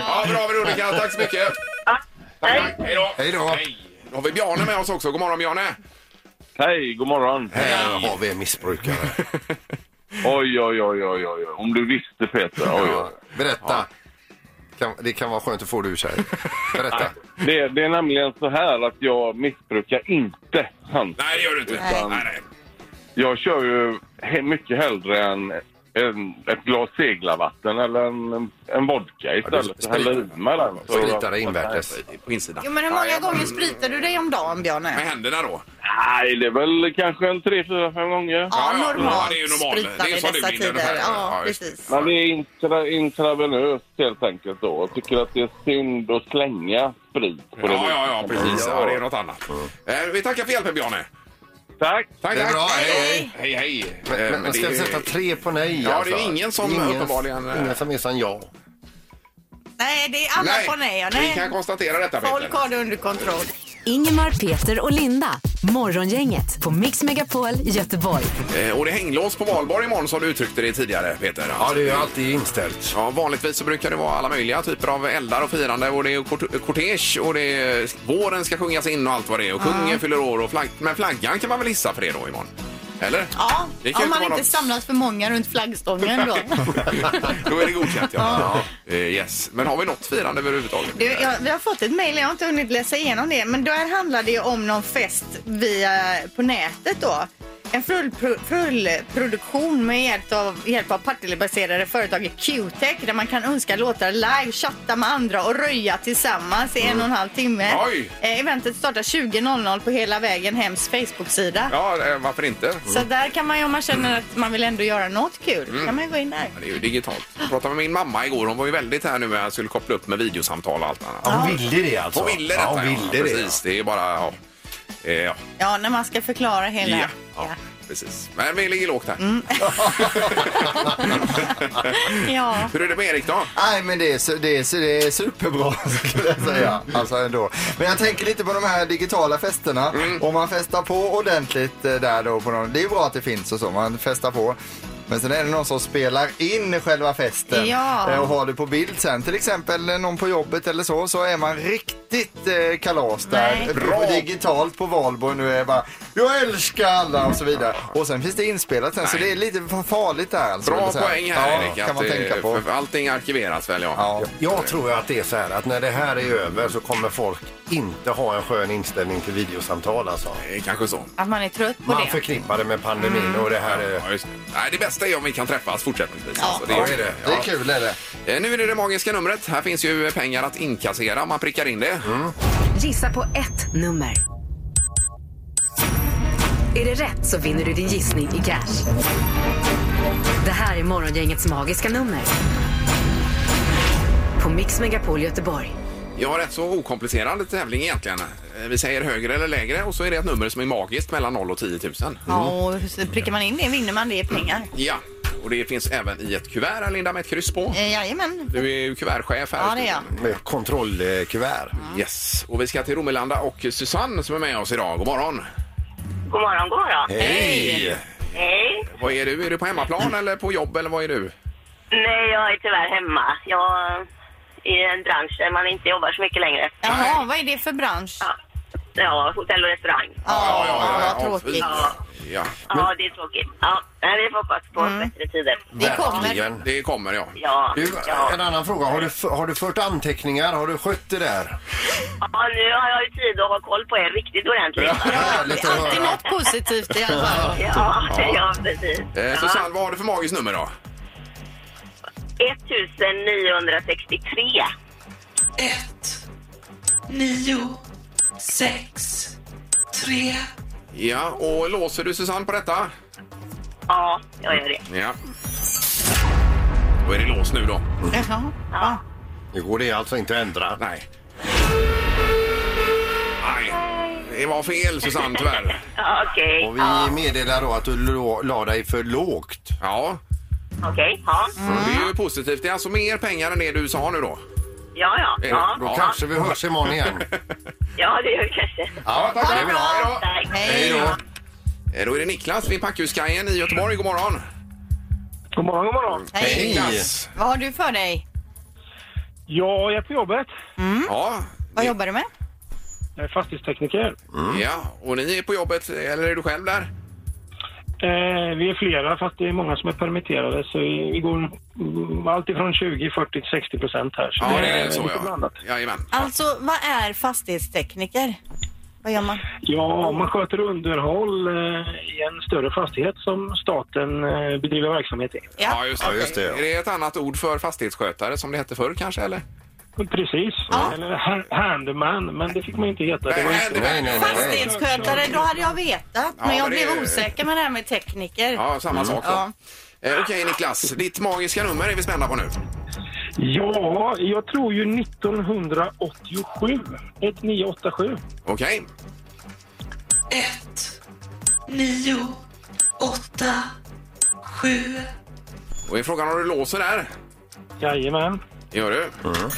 Ja, bra Veronica, tack så mycket. Tack, Hej då. Hej då. Då har vi Bjarne med oss också. God morgon Bjarne.
Hej, god morgon.
Här har vi en missbrukare.
oj, oj, oj, oj, oj. Om du visste Peter. Oj, oj.
Berätta. Kan, det kan vara skönt att få det ur sig.
Eh,
Berätta.
Det, det är nämligen så här att jag missbrukar inte hand.
Nej, det gör du inte. Nej, nej.
Jag kör ju he- mycket hellre en, en, ett glas seglarvatten eller en, en vodka istället.
spritar-
Häller i mig den. Så-
spritar det invärtes. På insidan.
Jo, men hur många gånger spritar du dig om dagen, Bjarne?
Med händerna då?
Nej, det är väl kanske en tre, fyra, fem gånger. Ja,
normalt
Ja, det är ju normalt.
spritar
Det är
vi
så du
dessa
blir
tider.
ungefär.
Ja,
just det.
precis.
Men det är intra, intravenöst helt enkelt då. Jag tycker att det är synd att slänga sprit på det
Ja, ja, ja,
viset.
precis. Ja, det är något annat. Eh, Vi tackar för hjälpen, Bjarne.
Tack.
Tack,
Det är
tack.
bra. Hej, hej.
Hej, hej.
Men,
Eh,
men, man ska
det är-
sätta tre på nej. alltså?
Ja, det är ingen som uppenbarligen... eh,
Ingen som är som jag.
Nej, det är alla
Nej,
på nej. ja,
vi
nej.
kan konstatera detta, Peter.
Folk har det under kontroll.
Ingemar, Peter och Linda. Morgongänget på Mix Megapol Göteborg.
Eh, Och det är hänglås på valborg imorgon som du uttryckte det tidigare Peter. Ja,
det är ju alltid inställt.
Ja, vanligtvis så brukar det vara alla möjliga typer av eldar och firande och det är kort- kortege och det är, våren ska sjungas in och allt vad det är och kungen fyller år och flagg, men flaggan kan man väl hissa för det då imorgon? Eller?
Ja,
det kan ju
om man
inte vara
inte samlas för många runt flaggstången då.
något... Då är det godkänt ja. ja. Eh, Yes. Men har vi något firande överhuvudtaget?
Du, jag, vi har fått ett mejl, jag har inte hunnit läsa igenom det. Men där handlar det ju om någon fest via, på nätet då. En fullpro- fullproduktion med hjälp av, hjälp av Partillebaserade företaget Q-tech där man kan önska låtar live, chatta med andra och röja tillsammans i en och en halv timme.
Oj.
Eh, eventet startar 20.00 på Hela vägen hems Facebook-sida.
Ja, eh, varför inte?
Så där kan man ju om man känner att man vill ändå göra något kul,
Mm.
kan man ju gå in där.
Det är ju digitalt. Jag pratade med min mamma igår. Hon var ju väldigt här nu med att jag skulle koppla upp med videosamtal och allt annat.
Ja, hon ville det alltså.
Hon ville
Ja,
detta,
hon ville det,
Precis, det är bara... Ja. Eh, ja.
Ja, när man ska förklara hela...
Ja, ja, precis. Men vi ligger lågt här.
Ja.
Hur är det med Erik då?
Nej, men det är, su- det, är, su- det är superbra skulle jag säga.
Mm.
Alltså ändå. Men jag tänker lite på de här digitala festerna.
Mm.
Om man festar på ordentligt eh, där då. På någon, det är ju bra att det finns och så, man festar på. Men sen är det någon som spelar in själva festen
Ja.
eh, och har det på bild sen. Till exempel eh, någon på jobbet eller så, så är man riktigt eh, kalas där.
Nej.
Bra. Digitalt på valborg nu är bara jag älskar alla och så vidare. Och sen finns det inspelat sen, så det är lite farligt där alltså.
Bra
Eller så här.
poäng här
ja,
Erik.
kan
att
man
det-
tänka på.
för Allting arkiveras väl ja. ja.
Jag tror ju att det är så här att när det här är över så kommer folk inte ha en skön inställning till videosamtal alltså.
Det är Eh, kanske så. Mm.
Att man är trött på
Man
det.
förknippar det med pandemin och det här är...
Ja, just det. Nej, det bästa är om vi kan träffas fortsättningsvis.
Ja.
alltså.
Ja, det är det.
Det är kul är det.
Eh, Nu är det det magiska numret. Här finns ju pengar att inkassera. Man prickar in det.
Mm.
Gissa på ett nummer. Är det rätt så vinner du din gissning i cash. Det här är Morgongängets magiska nummer. På Mix Megapol Göteborg.
Jag har rätt så okomplicerad tävling egentligen. Eh, Vi säger högre eller lägre och så är det ett nummer som är magiskt mellan 0 och 10 000.
Ja, och
Mm.
så prickar man in det vinner man det i pengar.
Ja, och det finns även i ett kuvert, Linda, med ett kryss på.
Eh, Jajamän.
Du är ju kuvertchef här. Mm.
Ja, det är jag.
Med kontrollkuvert.
Yes, och vi ska till Romelanda och Susanne som är med oss idag. God morgon!
God morgon, god morgon.
Hej!
Hej.
Vad är du? Är du på hemmaplan eller på jobb eller vad är du?
Nej, jag är tyvärr hemma. Jag är i en bransch där man inte jobbar så mycket längre.
Jaha, vad är det för bransch?
ja, hotell och restaurang.
Ja,
ja,
vad
tråkigt. Ja,
Ja.
ja, det är tråkigt. Ja, nej, vi hoppas på bättre tider.
Verkligen. Mm. Det kommer, ja.
Ja,
Du,
ja.
en annan fråga. Har du, f- har du fört anteckningar? Har du skött det där?
ja, nu har jag ju tid att ha koll på er riktigt ordentligt.
Härligt att höra.
Något positivt i alla fall.
Ja, ja precis.
Eh,
Ja.
Susanne, vad har du för magiskt nummer då?
1963.
Ett, nio, sex, tre.
Ja, och låser du Susanne på detta?
Ja, jag gör det.
Ja. Då är det lås nu då.
Jaha. Ja.
Det går det alltså inte att ändra.
Nej. Nej, det var fel Susanne tyvärr.
Ja, Okej.
Och vi meddelar då att du lå- la dig för lågt.
Ja,
Okej, ja.
Mm.
det är ju positivt. Det är alltså mer pengar än det du sa nu då.
Ja, ja.
Eh,
Ja,
Då kanske vi hörs imorgon igen.
ja det gör vi kanske.
Ja, tack
Ha det bra. Hej då.
Tack.
Hej då.
Eh, Då är det Niklas vid Packhuskajen i Göteborg. God morgon!
God morgon, god morgon.
Hej.
Niklas!
Vad har du för dig?
Ja, jag är på jobbet.
Ja,
Vad jobbar du med?
Jag är fastighetstekniker.
Mm. ja, och ni är på jobbet, eller är du själv där?
Eh, vi är flera, fast det är många som är permitterade. Så vi vi går mm, allt ifrån 20, 40 till 60 procent här. Så
Ja, det är
eh,
så
lite
ja.
blandat.
Jajamän.
Alltså, vad är fastighetstekniker? Vad gör man?
Ja, man sköter underhåll eh, i en större fastighet som staten eh, bedriver verksamhet i.
Ja, just det.
Ja, just det, ja.
Är det ett annat ord för fastighetsskötare som det hette förr kanske, eller?
Precis. Eller ha- handyman, men det fick man inte heta. Det var
Nej,
inte...
nej, nej.
Fastighetsskötare, då hade jag vetat.
Ja,
Men jag
men det-
blev osäker med det här med tekniker. Mm.
Ja, samma
Mm.
sak då.
Ja.
Eh, Okej Niklas, ditt magiska nummer är vi spända på nu.
Ja, jag tror ju 1987. 1987.
Okej.
Ett, nio, åtta, sju.
Och är frågan om du låser där?
Jajamän.
Gör du?
Mm.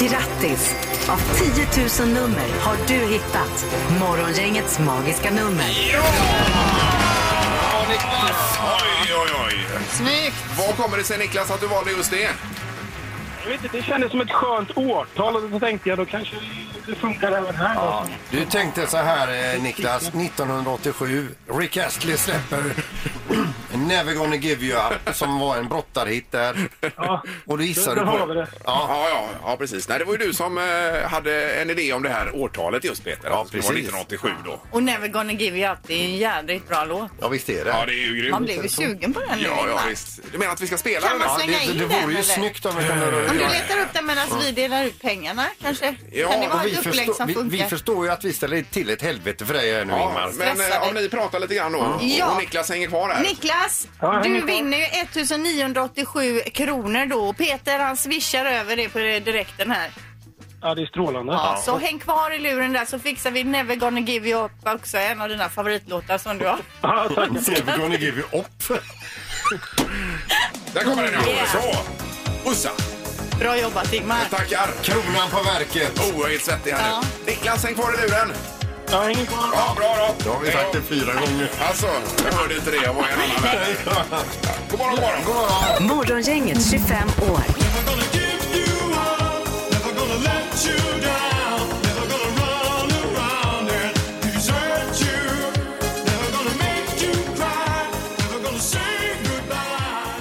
Grattis! Av 10 000 nummer har du hittat Morgongängets magiska nummer.
Ja, Niklas! Oj, oj, oj!
Snyggt!
Vad kommer det sig Niklas att du valde just det?
Jag vet inte, det kändes som ett skönt årtal och så tänkte jag då kanske det funkar även här.
Ja, du tänkte så här eh, Niklas, 1987, Rick Astley släpper Never gonna give you up som var en brottarhit där.
Ja.
Och då gissar
Där
du på
har vi det.
Ja,
Ja, ja, ja precis. Nej, det var ju du som eh, hade en idé om det här årtalet just Peter.
Ja,
Att Det var
precis.
1987 då.
Och Never gonna give you up, det är en jädrigt bra låt.
ja visst är
Ja,
det.
det är ju grymt.
Man blev ju sugen på den nu.
Ja, ja,
Ingmar.
visst. Du menar att vi ska spela
Kan
den?
man
här?
Ja,
slänga
det,
in
det
den,
vore ju
eller?
snyggt om vi kunde
Om du
göra det.
letar upp den medan vi delar ut pengarna kanske?
Ja,
kan det vara
Och vi,
ett upplägg
förstår,
som
vi, vi
funkar?
förstår ju att vi ställer till ett helvete för dig här nu
Ja,
Ingmar.
men eh, om ni pratar lite grann då.
Ja.
Och Niklas hänger kvar här.
Niklas,
Ja, hej,
du
Niklas.
vinner ju 1987 kronor då. Peter han swishar över det på direkten här.
Ja, det är strålande.
Ja, Så häng kvar i luren där så fixar vi Never gonna give you up också. En av dina favoritlåtar som du har.
Ja, tack.
Never gonna give you up.
Där kommer den nu.
Yeah.
Så! Ussa!
Bra jobbat Ingmar.
Tackar!
Kronan på verket.
Oh, jag är helt svettig här
Ja.
nu. Niklas, häng kvar i luren.
Ja, häng kvar.
Ja, bra då.
Då har vi
Hej
sagt
då.
det fyra gånger.
Alltså, jag hörde inte det. Jag var i en annan värld. God morgon, god morgon.
God morgon.
Morgongänget 25 år.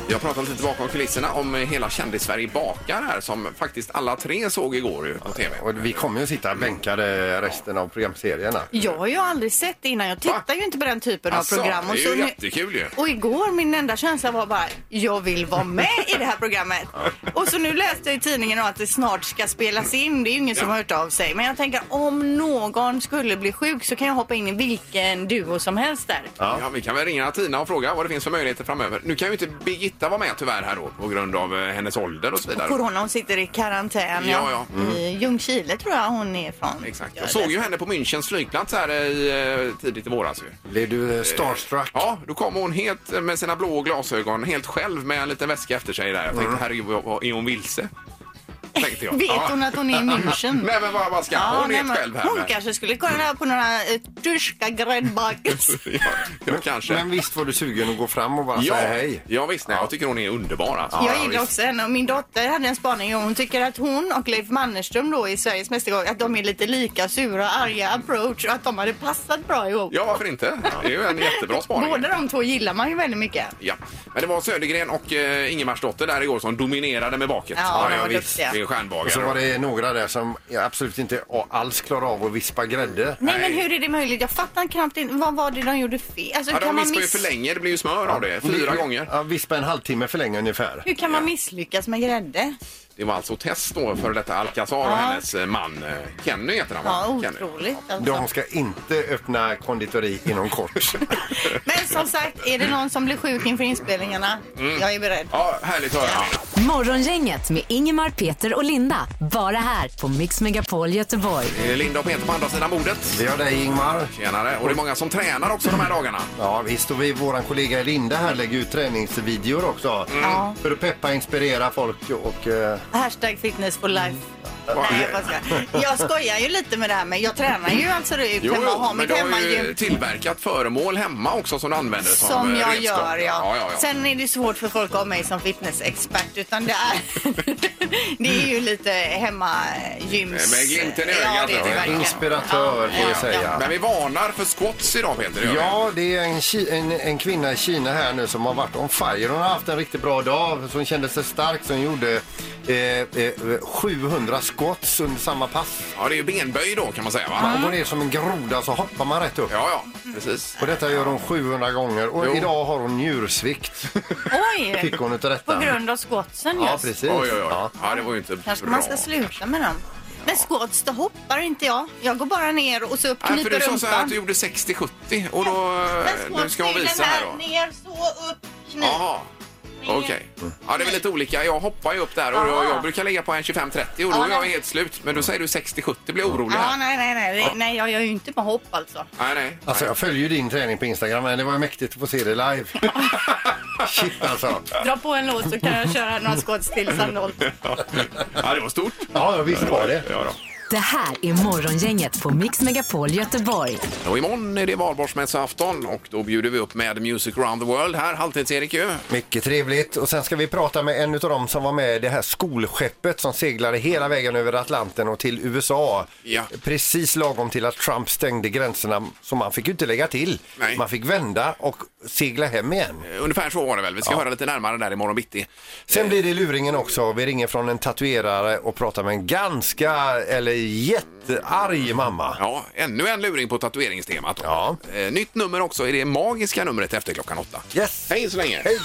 Jag pratade lite bakom kulisserna om hela kändis-Sverige bakar här som faktiskt alla tre såg igår ju på TV.
Och vi kommer ju att sitta bänkade resten av programserierna.
Jag har ju aldrig sett det innan. Jag tittar ju inte på den typen
Alltså,
av program.
det är ju
nu-
jättekul ju.
Och igår min enda känsla var bara, jag vill vara med i det här programmet. Och så nu läste jag i tidningen om att det snart ska spelas in. Det är ju ingen som har hört av sig. Men jag tänker om någon skulle bli sjuk så kan jag hoppa in i vilken duo som helst där.
Ja. vi kan väl ringa Tina och fråga vad det finns för möjligheter framöver. Nu kan ju inte Birgitta vara med tyvärr här då på grund av eh, hennes ålder och så vidare.
Corona, hon sitter i karantän.
Ja, ja.
I Ljungskile tror jag hon är från.
Exakt.
Ja,
Jag såg
det-
ju henne på Münchens flygplats här i, eh, tidigt i våras ju.
Blev du eh, starstruck?
Ja, då kom hon helt eh, med sina blå glasögon, helt själv med en liten väska efter sig där. Jag tänkte, herregud, vad- vad- är hon vilse? tänkte jag.
Vet
Ja.
hon att hon är i München?
Nej, men vad, vad ska
Ja,
hon?
nej,
vet
men
själv här.
hon
men-
kanske skulle kolla på några eh, tyska gräddbakelser.
ja, ja, kanske.
Men visst var du sugen att gå fram och bara
ja,
säga hej?
Ja, visst, nej, jag tycker hon är underbar. Alltså.
jag gillar också henne och min dotter hade en spaning och hon tycker att hon och Leif Mannerström då i Sveriges Mästerkock att de är lite lika sura och arga approach och att de hade passat bra ihop.
Ja, varför inte? Det är ju en jättebra spaning.
Båda de två gillar man ju väldigt mycket.
Ja. Men det var Södergren och eh, Ingemarsdotter där igår som dominerade med baket.
Ja, de var duktiga.
Det är stjärnbagare.
Och så var det några där som jag absolut inte alls klarar av att vispa grädde.
Nej, men hur är det möjligt? Jag fattar knappt in. Vad var det de gjorde fel? Alltså,
Ja,
kan
de
man
vispar ju
miss-
för länge. Det blir ju smör av det. Fyra gånger.
Ja, vispa en halvtimme för länge ungefär.
Hur kan man misslyckas med grädde?
Det var alltså Tess då, före detta Alcazar
Ja.
och hennes eh, man eh, Kenny heter han
Ja,
va? Kenny.
otroligt alltså.
De ska inte öppna konditori inom kort.
Men som sagt, är det någon som blir sjuk inför inspelningarna? Jag är beredd.
Ja, härligt att höra.
Morgongänget med Ingemar, Peter och Linda. Bara här på Mix Megapol Göteborg.
Det är Linda och Peter på andra sidan bordet.
Vi har dig Ingmar.
Tjenare. Och det är många som tränar också de här dagarna.
Ja visst och vi, våran kollega Linda här lägger ut träningsvideor också.
Mm.
Ja.
För att peppa, inspirera folk och... eh,
Hashtag fitness for life. Nej, jag bara skojar. Jag skojar ju lite med det här men jag tränar ju alltså ut hemma och har
men
mitt
du har ju
hemmagym.
tillverkat föremål hemma också som du använder som,
Som
eh,
jag
redskap.
gör, ja.
ja, ja.
Sen är det svårt för folk att ha mig som fitnessexpert utan det är, det är ju lite hemmagyms...
Eh, Med glimten i
Ja,
ögat.
det är det verkligen.
Inspiratör får vi säga.
Men vi varnar för squats idag Peter. det gör vi.
Ja, det är en, Ki- en, en kvinna i Kina här nu som har varit on fire. Hon har haft en riktigt bra dag. Så hon kände sig stark så hon gjorde eh, eh, 700 skott under samma pass.
Ja, det är ju benböj då kan man säga va?
Man går ner som en groda så hoppar man rätt upp.
Ja, ja, precis.
Och detta gör hon 700 gånger och
Jo.
idag har hon njursvikt.
Oj!
Fick hon utav
På
detta.
grund av squatsen
Ja,
just.
precis.
Oj, oj, oj. Ja. det var ju inte
Kanske
bra.
man ska sluta med dem. Men squats, då hoppar inte jag. Jag går bara ner och så upp,
Nej, Äh, för
kniper
du sa så här att
rumpan.
du gjorde 60-70 och då...
Men
Nu ska hon
squats är ju
visa
den
här då.
Ner, så, upp, knip.
Jaha. Okej. Ja, det är väl lite olika. Jag hoppar ju upp där och jag, jag brukar ligga på en 25-30 och då
Ja,
är jag
nej.
helt slut. Men då säger du 60-70, blir jag orolig
Ja,
här.
nej, nej, nej. Det- Nej, jag gör ju inte med hopp alltså.
Nej, nej.
Alltså jag följer ju din träning på Instagram men det var ju mäktigt att få se det live. Shit alltså.
Dra på en låt så kan jag köra några squats till Sandholt.
Ja, det var stort.
Ja, visst var det.
Ja, då.
Det här är Morgongänget på Mix Megapol Göteborg.
Och imorgon är det valborgsmässoafton och då bjuder vi upp med Music around the world här. Halvtids-Erik ju.
Mycket trevligt. Och sen ska vi prata med en av dem som var med i det här skolskeppet som seglade hela vägen över Atlanten och till USA.
Mm. Ja.
Precis lagom till att Trump stängde gränserna så man fick ju inte lägga till.
Nej. Eh,
Man fick vända och segla hem igen.
Ungefär så var det väl. Vi ska höra lite närmare där imorgon bitti. Eh.
Sen blir det luringen också. Vi ringer från en tatuerare och pratar med en ganska, eller jättearg mamma.
Ja, ännu en luring på tatueringstemat.
Ja.
Eh, Nytt nummer också, är det magiska numret efter klockan åtta.
Yes!
Hej så länge!
Hej!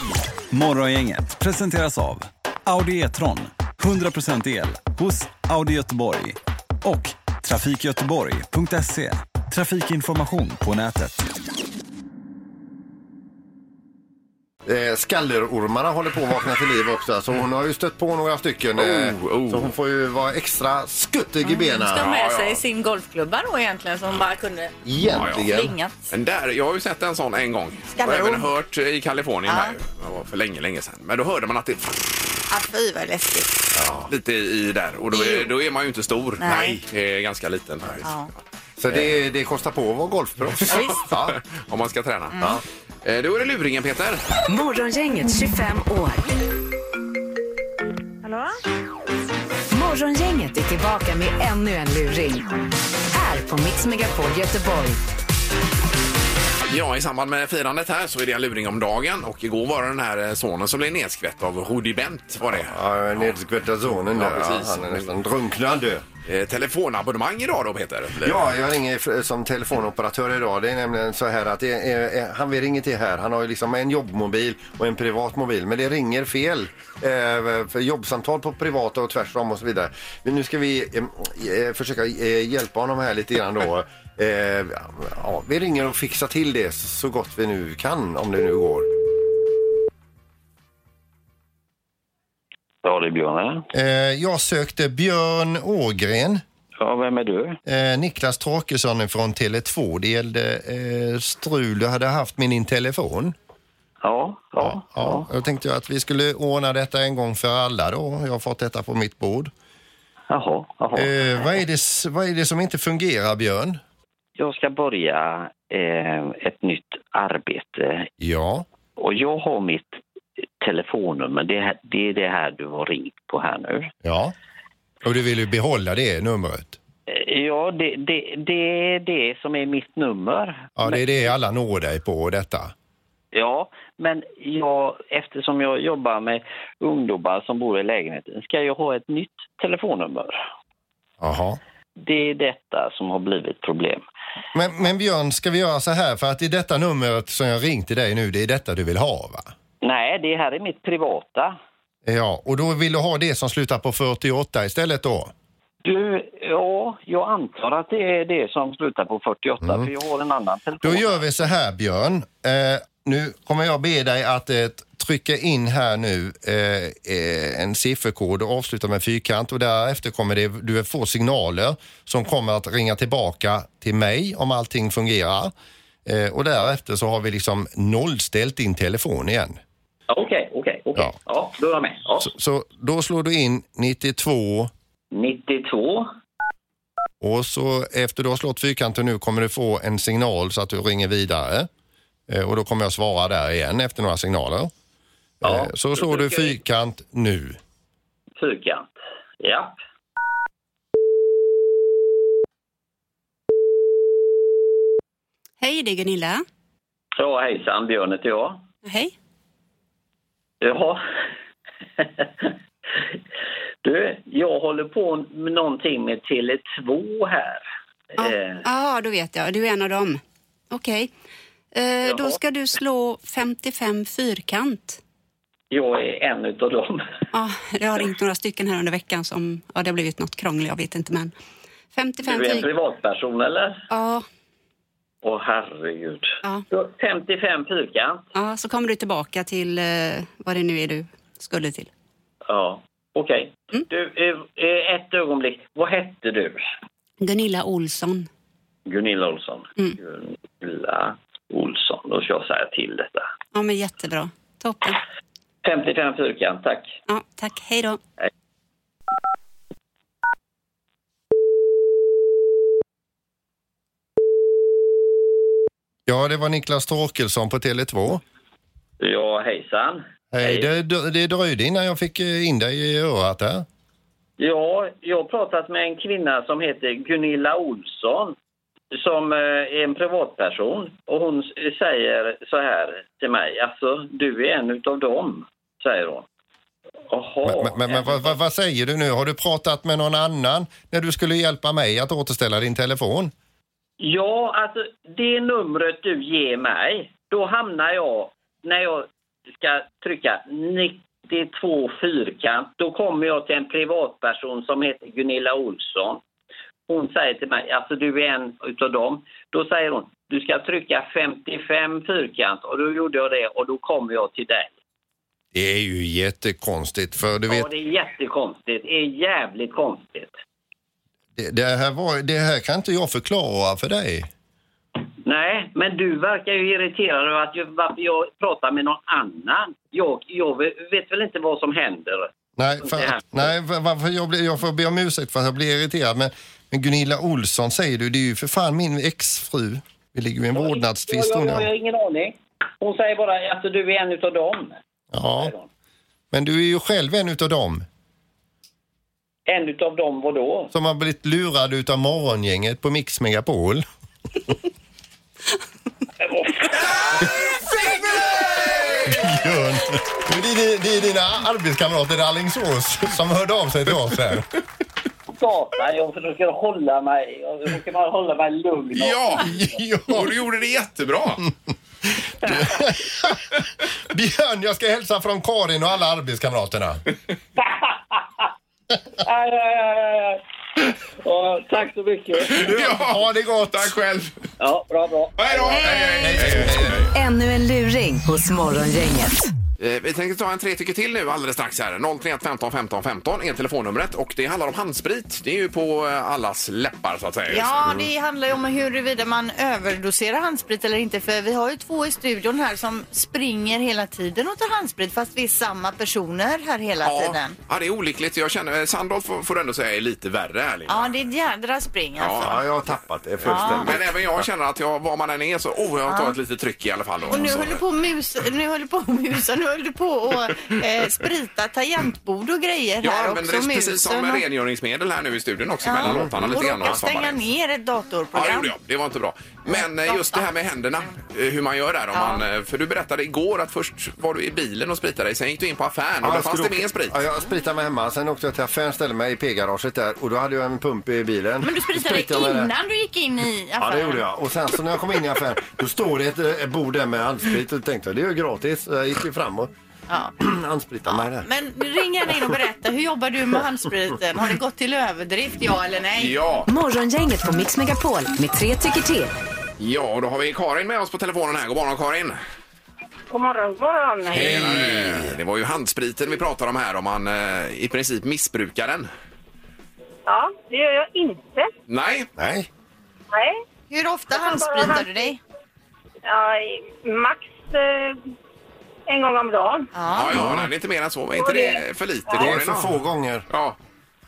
Morgongänget presenteras av Audi E-tron. 100% el hos Audi Göteborg. Och trafikgöteborg.se. Trafikinformation på nätet.
Eh, skallerormarna håller på att vakna till liv också. Så hon har ju stött på några stycken. eh,
Oh, oh.
Så hon får ju vara extra skuttig i benen.
Ska ha
Ja,
med
ja.
sig sin golfklubba då egentligen som bara kunde
Egentligen.
slingat.
Men där, jag har ju sett en sån en gång.
Skallerorm.
Och även hört i Kalifornien
Ja.
här. Det var för länge, länge sedan. Men då hörde man att det
Ah, fy vad läskigt.
lite i där och då är, då är man ju inte stor.
Nej.
Det är ganska liten faktiskt.
Ja.
Så det, det kostar på att vara golfproffs. Ja.
Om man ska
Mm.
träna. Ja. Eh, Då är det luringen Peter.
Morgongänget 25 år.
Hallå?
Morgongänget är tillbaka med ännu en luring. Här på Mix Megapol Göteborg.
Ja, i samband med firandet här så är det en luring om dagen och igår var det den här eh, sonen som blev nedskvätt av Hoodie Bent var det.
Ja, nedskvätta zonen
Ja,
där. Ja,
precis.
han är nästan drunknad. du.
Eh, Telefonabonnemang idag då Peter? Blir det?
Ja, jag ringer fr- eh, som telefonoperatör idag. Det är nämligen så här att det är, eh, han vi ringer till här, han har ju liksom en jobbmobil och en privat mobil. Men det ringer fel. Eh, för jobbsamtal på privata och tvärtom och så vidare. Men nu ska vi eh, eh, försöka eh, hjälpa honom här lite grann då. Eh, ja, vi ringer och fixar till det så så gott vi nu kan, om det nu går.
Ja, det är Björn här.
Eh, jag sökte Björn Ågren.
Ja, vem är du?
Eh, Niklas Trakesson från Tele2. Det gällde eh, strul du hade haft med din telefon.
Ja, ja.
Ja, jag tänkte jag att vi skulle ordna detta en gång för alla då. Jag har fått detta på mitt bord.
Jaha, jaha.
Eh, vad, är det, s- vad är det som inte fungerar, Björn?
Jag ska börja eh, ett nytt arbete.
Ja.
Och jag har mitt telefonnummer. Det, här, det är det här du har ringt på här nu.
Ja. Och du vill ju behålla det numret?
Eh, Ja, det, det, det är det som är mitt nummer.
Ja, det är det alla når dig på, detta.
Ja, men jag, eftersom jag jobbar med ungdomar som bor i lägenheten ska jag ha ett nytt telefonnummer.
Jaha.
Det är detta som har blivit problem.
Men, men Björn, ska vi göra så här? För att det är detta numret som jag ringt till dig nu, det är detta du vill ha, va?
Nej, det här är mitt privata.
Ja, och då vill du ha det som slutar på 48 istället då?
Du, ja, jag antar att det är det som slutar på 48
Mm.
för jag har en annan telefon.
Då gör vi så här Björn. Eh, nu kommer jag be dig att eh, trycka in här nu eh, eh, en sifferkod och avsluta med fyrkant och därefter kommer det, du får signaler som kommer att ringa tillbaka till mig om allting fungerar. Eh, och därefter så har vi liksom nollställt din telefon igen.
Okej, okej, okej. Ja. då är jag med. Ja.
Så, så då slår du in 92
92.
och så efter du har slått fyrkanten nu kommer du få en signal så att du ringer vidare. Eh, och då kommer jag svara där igen efter några signaler. Eh, så slår du fyrkant nu.
Fyrkant. Ja.
Hej, det är Gunilla.
Ja, hejsan. Björn heter jag.
Hej.
Ja. Du, jag håller på med någonting med Tele2 här. Eh,
Ja, då vet jag. Du är en av dem. Okej. Eh, då ska du slå 55 fyrkant.
jag är en utav dem.
Ja, det har ringt några stycken här under veckan som... Ja, det har blivit något krångel, jag vet inte, men... 55
Du är en
fyrkant.
privatperson, eller?
Ja,
Åh, herregud.
ja.
55 fyrkant.
ja, så kommer du tillbaka till eh, vad det nu är du skulle till.
Ja, okej.
Mm.
Du, eh, eh, ett ögonblick. Vad hette du?
Gunilla Olsson.
Gunilla Olsson.
Mm.
Gunilla Olsson. Då ska jag säga till detta.
Ja, men jättebra. Toppen.
55 fyrkant, tack.
Ja, tack. Hej då.
Ja, det var Niklas Torkelsson på Tele2.
Ja, hejsan.
Hej. Det, det dröjde innan jag fick eh, in dig i örat där.
Ja, jag har pratat med en kvinna som heter Gunilla Olsson som eh, är en privatperson och hon s- säger så här till mig, alltså du är en utav dem, säger hon. Jaha,
Men, men, men vad, vad, vad säger du nu? Har du pratat med någon annan när du skulle hjälpa mig att återställa din telefon?
Ja, alltså det numret du ger mig, då hamnar jag, när jag ska trycka 92 fyrkant, då kommer jag till en privatperson som heter Gunilla Olsson. Hon säger till mig, alltså du är en utav dem. Då säger hon, du ska trycka 55 fyrkant och då gjorde jag det och då kommer jag till dig.
Det är ju jättekonstigt för du vet,
Ja, det är jättekonstigt. Det är jävligt konstigt.
det, det, här var, det här kan inte jag förklara för dig.
Nej, men du verkar ju irriterad över att jag, varför jag pratar med någon annan. Jag, jag vet väl inte vad som händer.
Nej, för,
Det här-
nej för, varför jag, blir, jag får be om ursäkt för att jag blir irriterad. Men, men Gunilla Olsson säger du, det är ju för fan min exfru. Vi ligger i en
Jag,
vårdnadstvist.
jag,
hon
jag
och jag.
har ingen aning. Hon säger bara att alltså, du är en utav dem.
Ja. Men du är ju själv en utav dem
En utav dem vad då?
som har blivit lurad utav morgongänget på Mix Megapol. Björn, det är, di- det är dina arbetskamrater i Alingsås som hörde av sig till oss här.
Gatan, jag försöker hålla mig, jag försöker bara hålla mig lugn. och-
Ja, och du gjorde det jättebra.
Björn, jag ska hälsa från Karin och alla arbetskamraterna.
Aj, aj, aj, aj, aj. Ja, tack så mycket.
Ja,
ha det gott.
Tack själv.
Ja, bra, bra.
Hej då!
Ännu en luring hos Morgongänget.
Eh, Vi tänker ta en tre tycker till nu alldeles strax här. 031 15 15 15 är telefonnumret och det handlar om handsprit. Det är ju på eh, allas läppar så att säga.
Ja,
Mm.
det handlar ju om huruvida man överdoserar handsprit eller inte. För vi har ju två i studion här som springer hela tiden och tar handsprit fast vi är samma personer här hela
ja.
tiden.
ja, det är olyckligt. Jag känner, eh, Sandholt får, får ändå säga är lite värre här. Linda.
Ja, det är ett jädra spring alltså.
Ja, jag har tappat det
fullständigt.
Men även jag känner att jag, var man än är så, oh, jag tar
Ja.
ett litet tryck i alla fall. då.
Och nu
Så-
höll du på att musa, nu höll du på att musa, nu höll du på att eh, sprita tangentbord och grejer
Jag
här
använder
också.
det precis som
musen och-
rengöringsmedel här nu i studion också
Ja.
mellan låtarna lite
Och
grann.
råkar
vad fan var
stänga
det?
ner ett
Ja, det
datorprogram.
gjorde jag. Det var inte bra. Men eh, just det här med händerna, eh, hur man gör där. Om
Ja.
man, eh, för du berättade igår att först var du i bilen och spritade dig, sen gick du in på affären och
Ja,
då fanns
jag skulle
det mer
åka-
sprit.
Ja, jag spritade mig hemma. Sen åkte jag till affären, ställde mig i P-garaget där och då hade jag en pump i bilen.
Men du spritade
Spritade jag med det.
innan du gick in i
Ja,
affären.
det gjorde jag. Och sen så när jag kom in i affären, då stod det ett, eh, bord där med handsprit och då tänkte jag, det är ju gratis. Så Jag gick ju fram och
Ja.
handspritade mig där.
Men ring gärna in och berätta, hur jobbar du med handspriten? Har det gått till överdrift, ja eller nej?
Ja.
Morgongänget på Mix Megapol med tre tycker till.
Ja, och då har vi Karin med oss på telefonen här. God morgon Karin!
God morgon, god morgon.
Hej! Eh, Det var ju handspriten vi pratade om här, om man eh, i princip missbrukar den.
Ja, det gör jag inte.
Nej.
Nej.
Nej.
Hur ofta
handspritar
du dig?
Ja, i- max eh, en gång om dagen.
Ja, ja, nej, det är inte mer än så. Är inte det för lite
Det är
Karin?
för få gånger.
Ja.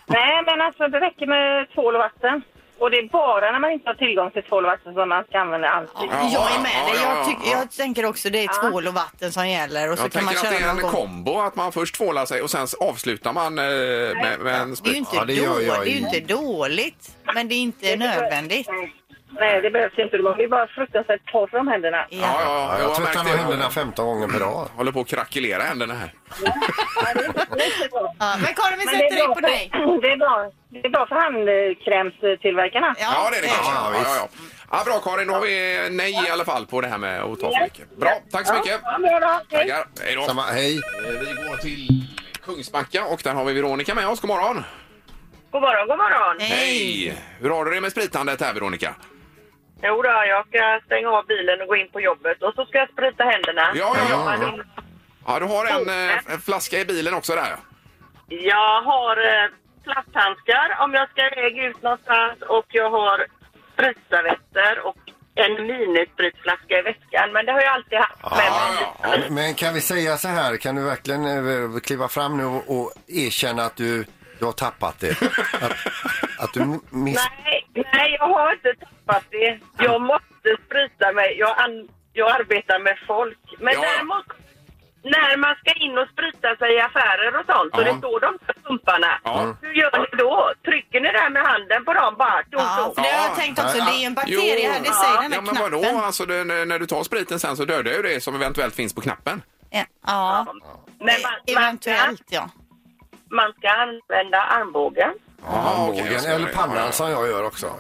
Nej, men alltså det räcker med tvål och vatten. Och det är bara när man inte har tillgång till tvål och vatten som man ska använda ansiktet.
Jag är med dig.
ja,
Jag, tyck- jag tänker också det är tvål och vatten som gäller och så
Jag
kan man
tänker att det
köra
är en
någon gång.
kombo, att man först tvålar sig och sen avslutar man eh, med, med en
Det är ju
sprit.
inte, då, det är ju inte dåligt, men det är Mm. inte nödvändigt.
Nej, det behövs inte. Man blir bara fruktansvärt torr om händerna.
Ja,
ja, jag
jag
har märkt
tvättar
det.
mig händerna 15 gånger per dag.
Håller på att krackelera händerna här.
Ja, men Karin, vi
Men det är
sätter dig
bra
på
för-
dig.
Det är bra, det är bra för handkrämstillverkarna.
Ja, det är det kanske.
Ja,
Ja,
visst.
ja, ja. Ja, bra Karin, då har vi nej i alla fall på det här med att ta för mycket. Bra, tack så mycket.
Ja, bra då. Hej.
Tackar. Hej då.
Samma, hej.
Eh, Vi går till Kungsbacka och där har vi Veronica med oss. God morgon.
God morgon, god morgon.
Hej! Hur har du det med spritandet här Veronica?
Jo då, jag ska stänga av bilen och gå in på jobbet och så ska jag sprita händerna.
Ja, ja, ja.
Jag, jobbar-
Ja, du har en, eh, en flaska i bilen också där.
jag har eh, plasthandskar om jag ska iväg ut någonstans och jag har spritservetter och en minispritflaska i väskan. Men det har jag alltid haft
Ah.
med mig.
Men- Men kan vi säga så här, kan du verkligen eh, kliva fram nu och, och erkänna att du, du har tappat det? Att, att du miss...
Nej, nej, jag har inte tappat det. Jag måste sprita mig. Jag, an, jag arbetar med folk. Men
Ja, ja.
däremot, när man ska in och sprita sig i affärer och sånt och
Ja.
det står de där pumparna.
Ja.
Hur gör ni då? Trycker ni där med handen på dem bara? Då,
Ja,
då?
för det har jag tänkt också. Det är ju en bakterie här, det säger den
ja,
här
men vadå?
knappen.
Alltså, det, när du tar spriten sen så dödar ju det som eventuellt finns på knappen.
Ja, ja.
Men man, man, ska,
eventuellt ja.
man ska använda armbågen.
Ja, okej, jag
Armbågen
ska-
eller pannan som jag gör också.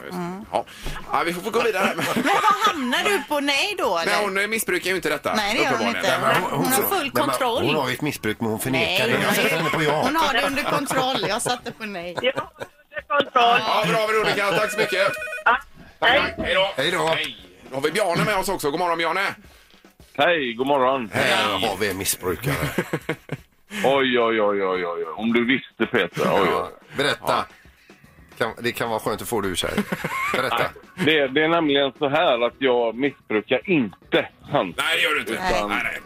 Ja. ja, vi får få gå vidare.
Men vad hamnar du på nej då eller?
Nej, hon missbrukar ju inte detta.
Nej, det gör hon
uppenbarligen.
inte.
Nej, men
Hon har full
Nej, men
kontroll.
Hon har ju ett missbruk men hon förnekar
Nej,
det. Jag sätter henne på ja.
Hon har det under kontroll. Jag satte på nej.
Kontroll.
Ja, bra Veronica, tack så mycket.
Nej.
Hej då.
Hej då.
Då har vi Bjarne med oss också. God morgon Bjarne.
Hej, god morgon.
Här har vi en missbrukare.
Oj, oj, oj, oj, oj. Om du visste Peter. Oj, oj.
Berätta. Kan, det kan vara skönt att få det ur sig. Berätta.
Det, det är nämligen så här att jag missbrukar inte hans.
Nej, det gör du inte.
Utan-
Nej, nej.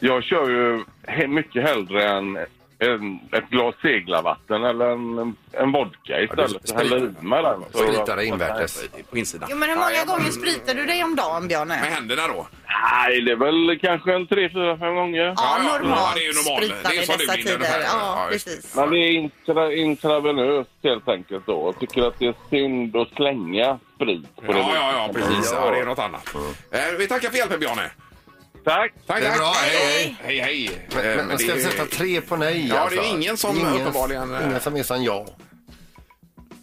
Jag kör ju he- mycket hellre en, en, ett glas seglarvatten eller en, en vodka istället.
spritar-
Häller i mig den. Så
Sprita
jag-
dig invärtes.
På insidan.
Jo, men hur många gånger spritar du dig om dagen,
Med
Bjarne?
händerna då?
Nej, det är väl kanske en tre, fyra, fem gånger.
Ja,
ja,
normalt
det är ju normalt.
spritar
Det är
vi
som
dessa
du vinner
tider.
ungefär.
Ja,
Ja, just det.
precis.
Men det är intra, intravenöst helt enkelt då. Jag tycker att det är synd att slänga sprit på
Ja,
det
ja, ja, precis. Ja,
Ja.
det är något annat. Eh, Vi tackar för hjälpen Bjarne.
Tack!
Tack,
Det är
tack.
bra, hej, hej.
Hej, hej.
Men,
Eh,
men, man ska
det är-
sätta tre på nej
Ja, det är
alltså.
ingen som uppenbarligen, eh,
Ingen som är som jag.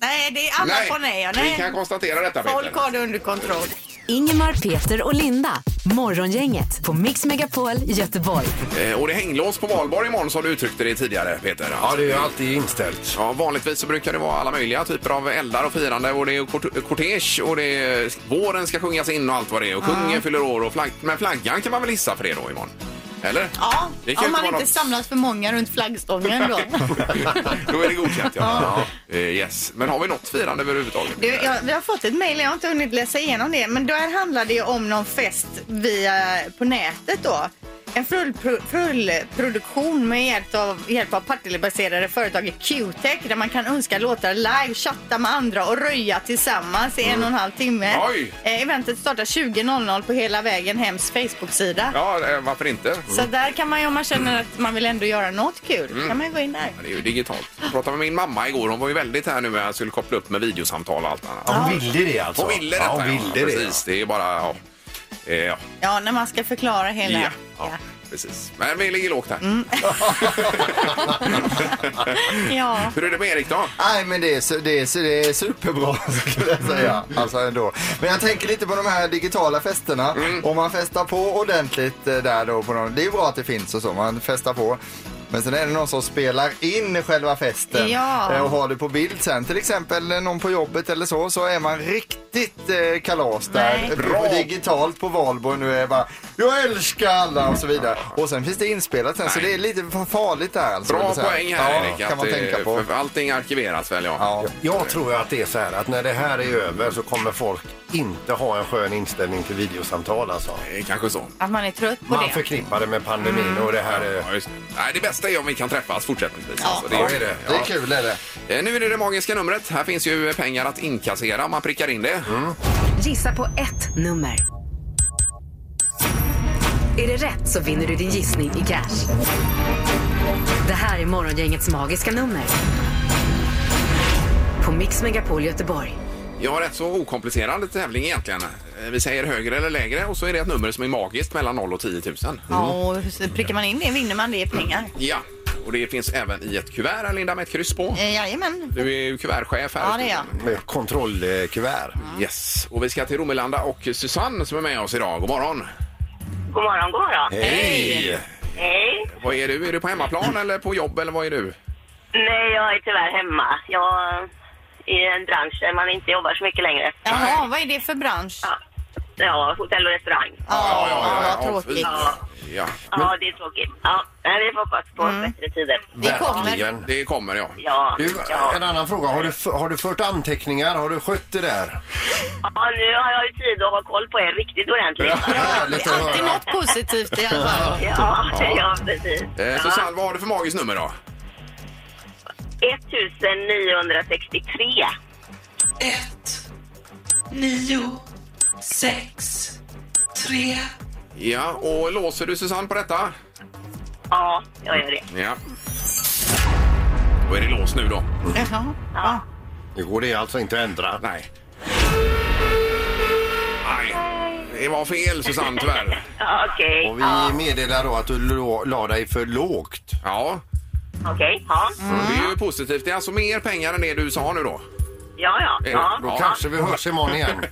Nej, det är alla på nej. Ja,
Vi kan
nej.
konstatera detta
Folk
Peter.
har det under kontroll.
Ingemar, Peter och Linda. Morgongänget på Mix Megapol Göteborg.
Eh, Och det är hänglås på valborg imorgon som du uttryckte det tidigare Peter.
Ja, det är ju alltid inställt.
Ja, vanligtvis så brukar det vara alla möjliga typer av eldar och firande och det är kort- kortege och det är, våren ska sjungas in och allt vad det är och kungen fyller år och flagg, men flaggan kan man väl hissa för det då imorgon? Eller?
Ja,
Det kan ju
om man
inte vara
inte
något-
samlas för många runt flaggstången då.
Då är det godkänt, ja. ja. Eh, Yes. Men har vi något firande överhuvudtaget?
Du, jag, vi har fått ett mejl, jag har inte hunnit läsa igenom det, men där handlar det ju om någon fest via, på nätet då. En fullpro- fullproduktion med hjälp av, hjälp av Partillebaserade företaget Q-tech där man kan önska låtar live, chatta med andra och röja tillsammans i en och en halv timme.
Oj.
Eh, eventet startar 20.00 på Hela vägen hems Facebook-sida.
Ja, eh, varför inte?
Så där kan man ju, om man känner att man vill ändå göra något kul,
Mm.
kan man ju gå in där.
Ja, Det är ju digitalt. Jag pratade med min mamma igår. Hon var ju väldigt här nu med att jag skulle koppla upp med videosamtal och allt annat.
Ja, hon ville det alltså.
Hon ville
Ja,
detta,
hon ville det,
Precis, det är bara... Ja. Eh, Ja.
Ja, när man ska förklara hela...
Ja, ja, precis. Men vi ligger lågt här.
Ja.
Hur är det med Erik då?
Nej, men det är, su- det är, su- det är superbra skulle jag säga. Alltså ändå. Men jag tänker lite på de här digitala festerna. Om man festar på ordentligt eh, där då. På någon, det är ju bra att det finns och så, man festar på. Men sen är det någon som spelar in själva festen
Ja.
eh, och har det på bild sen. Till exempel eh, någon på jobbet eller så, så är man riktigt eh, kalas där.
Nej.
Bra. Digitalt på valborg nu är det bara jag älskar alla och så vidare. Och sen finns det inspelat sen, så det är lite farligt där alltså.
Bra
vill säga.
poäng här
ja,
Erik.
kan man
att, eh,
tänka på.
För allting arkiveras väl? Ja.
Jag tror ju att det är så här att när det här är över så kommer folk inte ha en skön inställning till videosamtal alltså.
Kanske så.
Att man är trött på
Man
det.
förknippar det med pandemin och det här är...
Ja, just det. Nej, det bästa är om vi kan träffas fortsättningsvis.
Ja.
Alltså,
Ja, det är det. Det är kul,
är det.
Eh, Nu är det det magiska numret. Här finns ju pengar att inkassera om man prickar in det.
Mm.
Gissa på ett nummer. Är det rätt så vinner du din gissning i cash. Det här är Morgongängets magiska nummer. På Mix Megapol Göteborg.
Ja, rätt så okomplicerad tävling egentligen. Eh, Vi säger högre eller lägre och så är det ett nummer som är magiskt mellan 0 och 10 000.
Ja,
Mm.
och så prickar man in det vinner man det i pengar.
Ja, och det finns även i ett kuvert, här, Linda, med ett kryss på.
Eh, Jajamän.
Du är ju kuvertchef här.
Ja, det är jag.
Med kontrollkuvert. Yes. Och vi ska till Romelanda och Susanne som är med oss idag. God morgon!
God morgon, god morgon.
Hej!
Hej.
Vad är du? Är du på hemmaplan eller på jobb eller vad är du?
Nej, jag är tyvärr hemma. Jag är i en bransch där man inte jobbar så mycket längre.
Jaha, vad är det för bransch? Ja,
Ja, hotell och restaurang.
ja, ja, vad tråkigt.
Ja,
Ja.
ja det är tråkigt. Ja, nej, vi får hoppas på
Mm.
bättre tider.
Verkligen. Det kommer, ja.
Ja,
Du,
ja.
en annan fråga. Har du, f- har du fört anteckningar? Har du skött det där?
ja, nu har jag ju tid att ha koll på er riktigt ordentligt.
Härligt att höra.
Något positivt i alla fall.
Ja, ja precis.
Eh,
Ja.
Susanne, vad har du för magiskt nummer då?
1963.
Ett, nio, sex, tre.
Ja, och låser du Susanne på detta?
Ja, jag gör det.
Ja. Då är det lås nu då.
Jaha. Ja.
Det går det alltså inte att ändra.
Nej. Nej, det var fel Susanne tyvärr.
Ja, Okej.
Och vi
Ja,
meddelar då att du lå- la dig för lågt.
Ja.
Okej, ja.
Det är ju positivt. Det är alltså mer pengar än det du sa nu då.
Ja, ja.
Eh,
Ja,
Då
ja.
kanske vi hörs imorgon igen.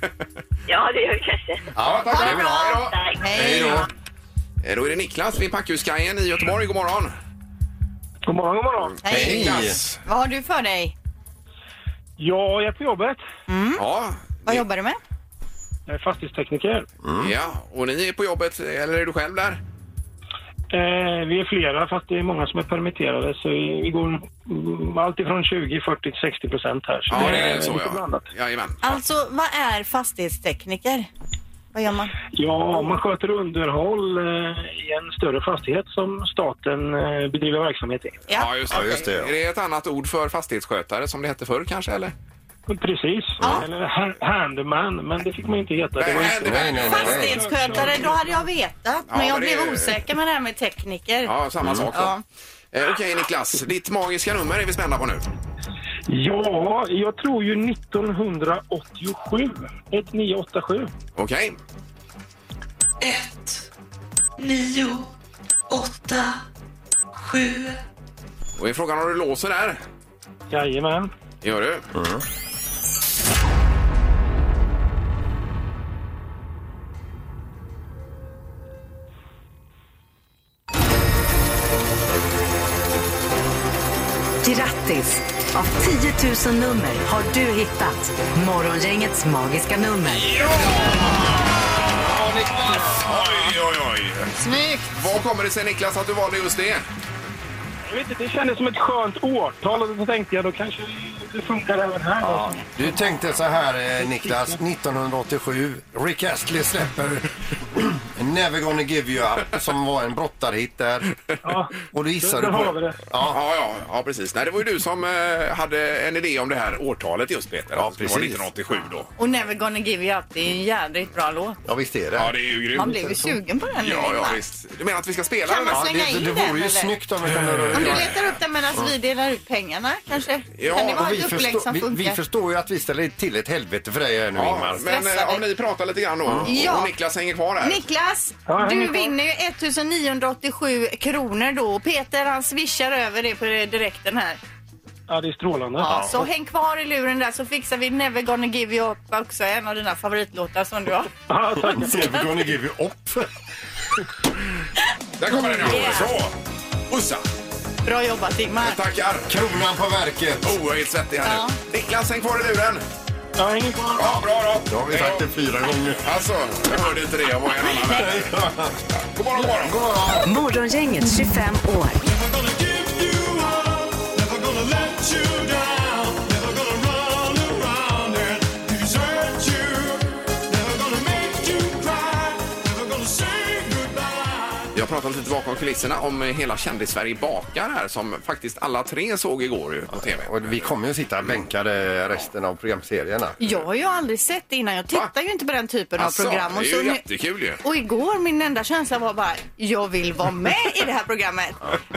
ja det gör vi kanske.
ja, tack för det. Hej då.
Tack.
Hej då. Eh, Då är det Niklas vid Packhuskajen i Göteborg. God morgon.
God morgon, god morgon.
Hej. Niklas.
Vad har du för dig?
Ja, jag är på jobbet.
Ja.
Mm. Vad jobbar du med?
Jag är fastighetstekniker.
ja, och ni är på jobbet, eller är du själv där?
Eh, vi är flera, fast det är många som är permitterade. Så vi, vi går mm, allt ifrån 20, 40 till 60 procent här. Så
Ja, det är Eh, så
lite
ja.
blandat.
Jajamän.
Alltså, vad är fastighetstekniker? Vad gör man?
Ja, man sköter underhåll eh, i en större fastighet som staten eh, bedriver verksamhet i.
Ja, just det.
Ja, just det, ja.
Är det ett annat ord för fastighetsskötare som det hette förr kanske, eller?
Precis. Eller ha- handyman, men det fick man inte heta. Det var inte...
Nej, nej,
Fastighetsskötare, då hade jag vetat.
Ja,
men jag
men det-
blev osäker med det här med tekniker. Mm.
Ja, samma sak då.
Ja.
Eh, Okej Niklas, ditt magiska nummer är vi spända på nu.
Ja, jag tror ju 1987. 1987.
Okej,
Ett, nio, åtta, sju.
och i frågan har du låser där.
Jajamän.
Gör du?
Grattis! Av 10 000 nummer har du hittat Morgongängets magiska nummer.
Ja, Niklas! Oj, oj, oj.
Snyggt!
Vad kommer det sig Niklas att du valde just det?
Jag vet inte, det kändes som ett skönt årtal och då tänkte jag då kanske det funkar även här.
Ja. Du tänkte så här, eh, Niklas. 1987, Rick Astley släpper Never gonna give you up, som var en brottarhit där. Och då gissar du på det.
Ja. Ja, ja, ja, precis. Nej, det var ju du som eh, hade en idé om det här årtalet just, Peter. Ja, Det var
precis.
1987 då.
Och Never gonna give you up, det är en jädrigt bra låt.
Ja, visst är det.
Ja, det är ju grymt.
Man blev ju sugen på den nu.
Ja, ja,
Ingmar.
visst. Du menar att vi ska spela
Kan
den?
man slänga in den, eller?
om vi kunde...
Om du letar upp den medan vi delar ut pengarna kanske? kan det vara
och vi,
ett upplägg
förstår,
som
vi,
funkar?
vi förstår ju att vi ställer till ett helvete för dig här nu,
Ja,
Ingmar.
men eh, om ni pratar lite grann då. och-
Ja.
Och Niklas hänger kvar här.
Niklas,
Ja, jag hänger
du
kvar.
vinner ju 1987 kronor då. Peter han swishar över det på direkten här.
Ja, det är strålande.
Ja, Så häng kvar i luren där så fixar vi Never gonna give you up också. En av dina favoritlåtar som du har.
Ah,
Ja, tack.
Never gonna give you up.
Där kommer den nu. Så! Pussa!
Bra jobbat Ingmar.
Tackar!
Kronan på verket.
Oh, jag är helt svettig här nu. Niklas, häng kvar i luren.
Ja, häng kvar.
Ja, bra då.
Då har vi sagt det fyra gånger.
Alltså, jag hörde inte det. Jag var i en annan värld. God morgon, god morgon. God morgon.
Morgongänget 25 år.
Jag pratade lite bakom kulisserna om hela kändis-Sverige bakar här som faktiskt alla tre såg igår ju på tv.
Och vi kommer ju sitta bänkade Eh, resten av programserierna.
Jag har ju aldrig sett det innan. Jag tittar ju inte på den typen
Asså,
av program.
det är ju
så nu-
jättekul ju.
Och igår min enda känsla var bara, jag vill vara med i det här programmet.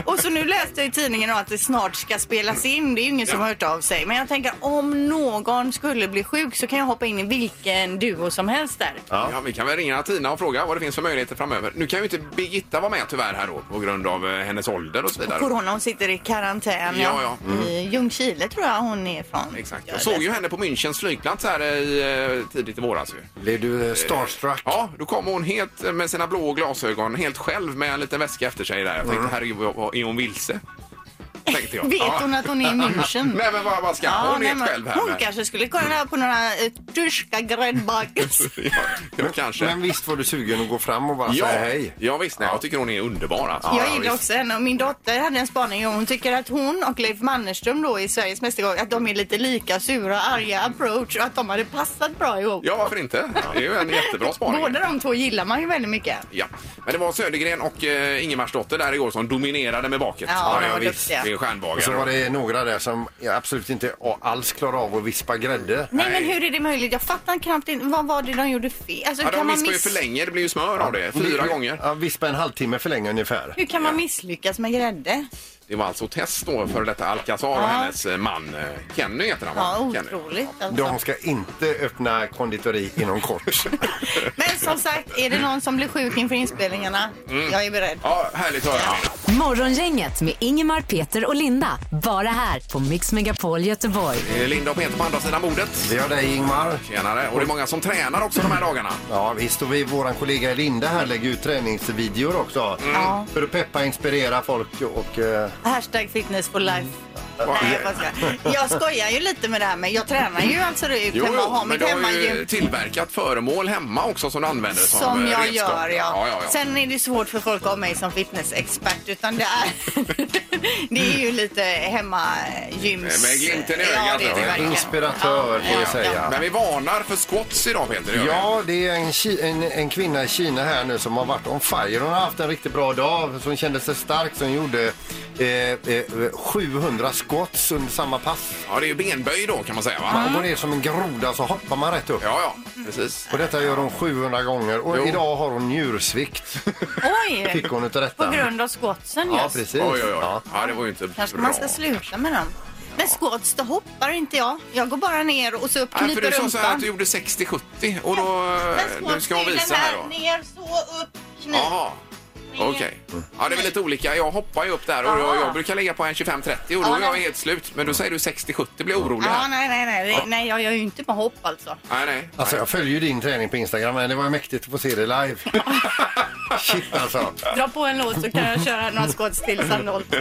Och så nu läste jag i tidningen om att det snart ska spelas in. Det är ju ingen som har hört av sig. Men jag tänker om någon skulle bli sjuk så kan jag hoppa in i vilken duo som helst där.
Ja. vi kan väl ringa Tina och fråga vad det finns för möjligheter framöver. Nu kan ju inte Birgitta vara med tyvärr här då på grund av eh, hennes ålder och så vidare.
Corona, hon sitter i karantän.
Ja, ja. Mm.
I Ljungskile tror jag hon är från.
Exakt. Jag såg ju henne på Münchens flygplats här i, eh, tidigt i våras. Ju.
Blev du eh, starstruck?
Ja, då kom hon helt eh, med sina blå glasögon, helt själv med en liten väska efter sig där. Jag
Mm.
tänkte, herregud, vad- är hon vilse? Tänkte jag.
Vet hon att hon är i München?
nej, men vad, vad ska
Ja,
hon? är
nej,
helt
men
själv här.
hon
med.
kanske skulle kolla på några eh, tyska gräddbakelser.
ja, ja, kanske.
Men visst var du sugen att gå fram och bara
ja,
säga hej?
Ja, visst. Nej, jag tycker hon är underbar. Alltså.
jag gillar också henne. Och Min dotter hade en spaning och hon tycker att hon och Leif Mannerström då i Sveriges Mästerkock att de är lite lika sura och arga approach och att de hade passat bra ihop.
Ja, varför inte? Det är ju en jättebra spaning.
Båda de två gillar man ju väldigt mycket.
Ja, men det var Södergren och eh, Ingemarsdotter där igår som dominerade med baket.
Ja, de var duktiga.
Det är stjärnbagare.
Och så var det några där som jag absolut inte alls klarar av att vispa grädde.
Nej, men hur är det möjligt? Jag fattar knappt in. Vad var det de gjorde fel? Alltså,
Ja, de
kan man
vispar ju
miss...
för länge.
Nej, det blir ju smör av det. Fyra
Vi-
gånger.
Ja, vispa en halvtimme för länge ungefär.
Hur kan man misslyckas med grädde?
Det var alltså test då för detta Alcazar och
Ja.
hennes eh, man eh, Kenny heter han
Ja,
va? Kenny.
otroligt alltså.
De ska inte öppna konditori inom kort.
Men som sagt, är det någon som blir sjuk inför inspelningarna? Jag är beredd.
Ja, härligt att höra.
Morgongänget med Ingemar, Peter och Linda. Bara här på Mix Megapol Göteborg.
Eh, Linda och Peter på andra sidan bordet.
Vi har dig Ingmar.
Tjenare. Och det är många som tränar också de här dagarna.
Ja visst, och vi, våran kollega Linda här lägger ut träningsvideor också.
Mm.
Ja.
För att peppa, inspirera folk och... eh,
Hashtag fitness for life. Nej, jag, bara skojar. jag skojar ju lite med det här men jag tränar ju alltså det
Jo,
hemma och har
jo, men
mitt
du har ju
hemmagym.
tillverkat föremål hemma också som du använder som,
Som
eh,
jag
redskap.
gör, ja.
ja, ja, ja.
Sen är det svårt för folk att ha mig som fitnessexpert utan det är, det är ju lite hemmagyms...
Eh, Med glimten i ögat.
Mm. Ja, det är det
Ja,
verkligen.
Inspiratör får vi säga.
Men vi varnar för squats idag Peter. det gör vi.
Ja, det är en, ki- en, en kvinna i Kina här nu som har varit on fire. Hon har haft en riktigt bra dag. Hon kände sig stark. så Hon gjorde eh, eh, 700 skott under samma pass.
Ja, det är ju benböj då kan man säga va?
Man går ner som en groda så hoppar man rätt upp.
Ja, ja, precis.
Och detta gör hon 700 gånger. Och
Jo.
idag har hon njursvikt.
Oj!
Fick hon utav detta.
På grund av skottsen
Ja,
just.
precis.
Oj, oj, oj. Ja. det var ju inte
Kanske
bra.
man ska sluta med dem. Men squats, då hoppar inte jag. Jag går bara ner och så upp,
Nej, Äh, för
knyper
du sa så här att
rumpan.
du gjorde 60-70 och då... eh, Nu ska hon visa här då.
Ner, så, upp, knip.
Jaha. Okej. Ja, det är väl lite olika. Jag hoppar ju upp där och jag, jag brukar lägga på en 25-30 och då
Ja,
är jag
nej.
helt slut. Men då säger du 60-70, blir jag orolig
Ja,
här.
nej, nej, nej. Det- nej jag gör ju inte på hopp alltså.
Nej, nej.
Alltså jag följer ju din träning på Instagram men det var ju mäktigt att få se det live. Shit alltså.
Dra på en låt så kan jag köra några skott till sen noll.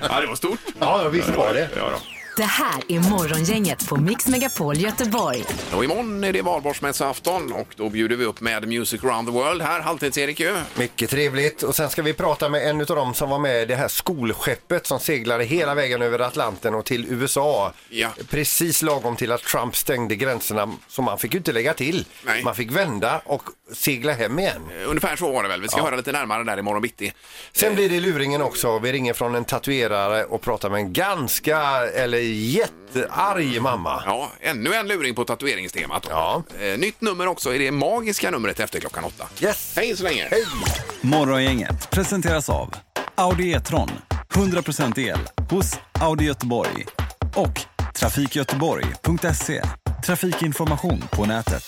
Ja, det var stort.
Ja, visst var det.
Ja, då.
Det här är Morgongänget på Mix Megapol Göteborg.
Och imorgon är det valborgsmässoafton och då bjuder vi upp med Music around the world här, halvtids-Erik ju.
Mycket trevligt. Och sen ska vi prata med en av dem som var med i det här skolskeppet som seglade hela vägen över Atlanten och till USA.
Mm. Ja.
Precis lagom till att Trump stängde gränserna så man fick ju inte lägga till. Man fick vända och segla hem igen.
Ungefär så var det väl. Vi ska höra lite närmare där imorgon bitti. Eh.
Sen blir det luringen också. Vi ringer från en tatuerare och pratar med en ganska, eller jättearg mamma.
Ja, ännu en luring på tatueringstemat. Ja. Nytt nummer också, är det magiska numret efter klockan åtta.
Yes!
Hej så länge! Hej!
Morgongänget presenteras av Audi E-tron. 100% el hos Audi Göteborg. Och trafikgöteborg.se. Trafikinformation på nätet.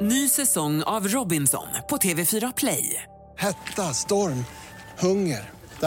Ny säsong av Robinson på TV4 Play.
Hetta, storm, hunger. Det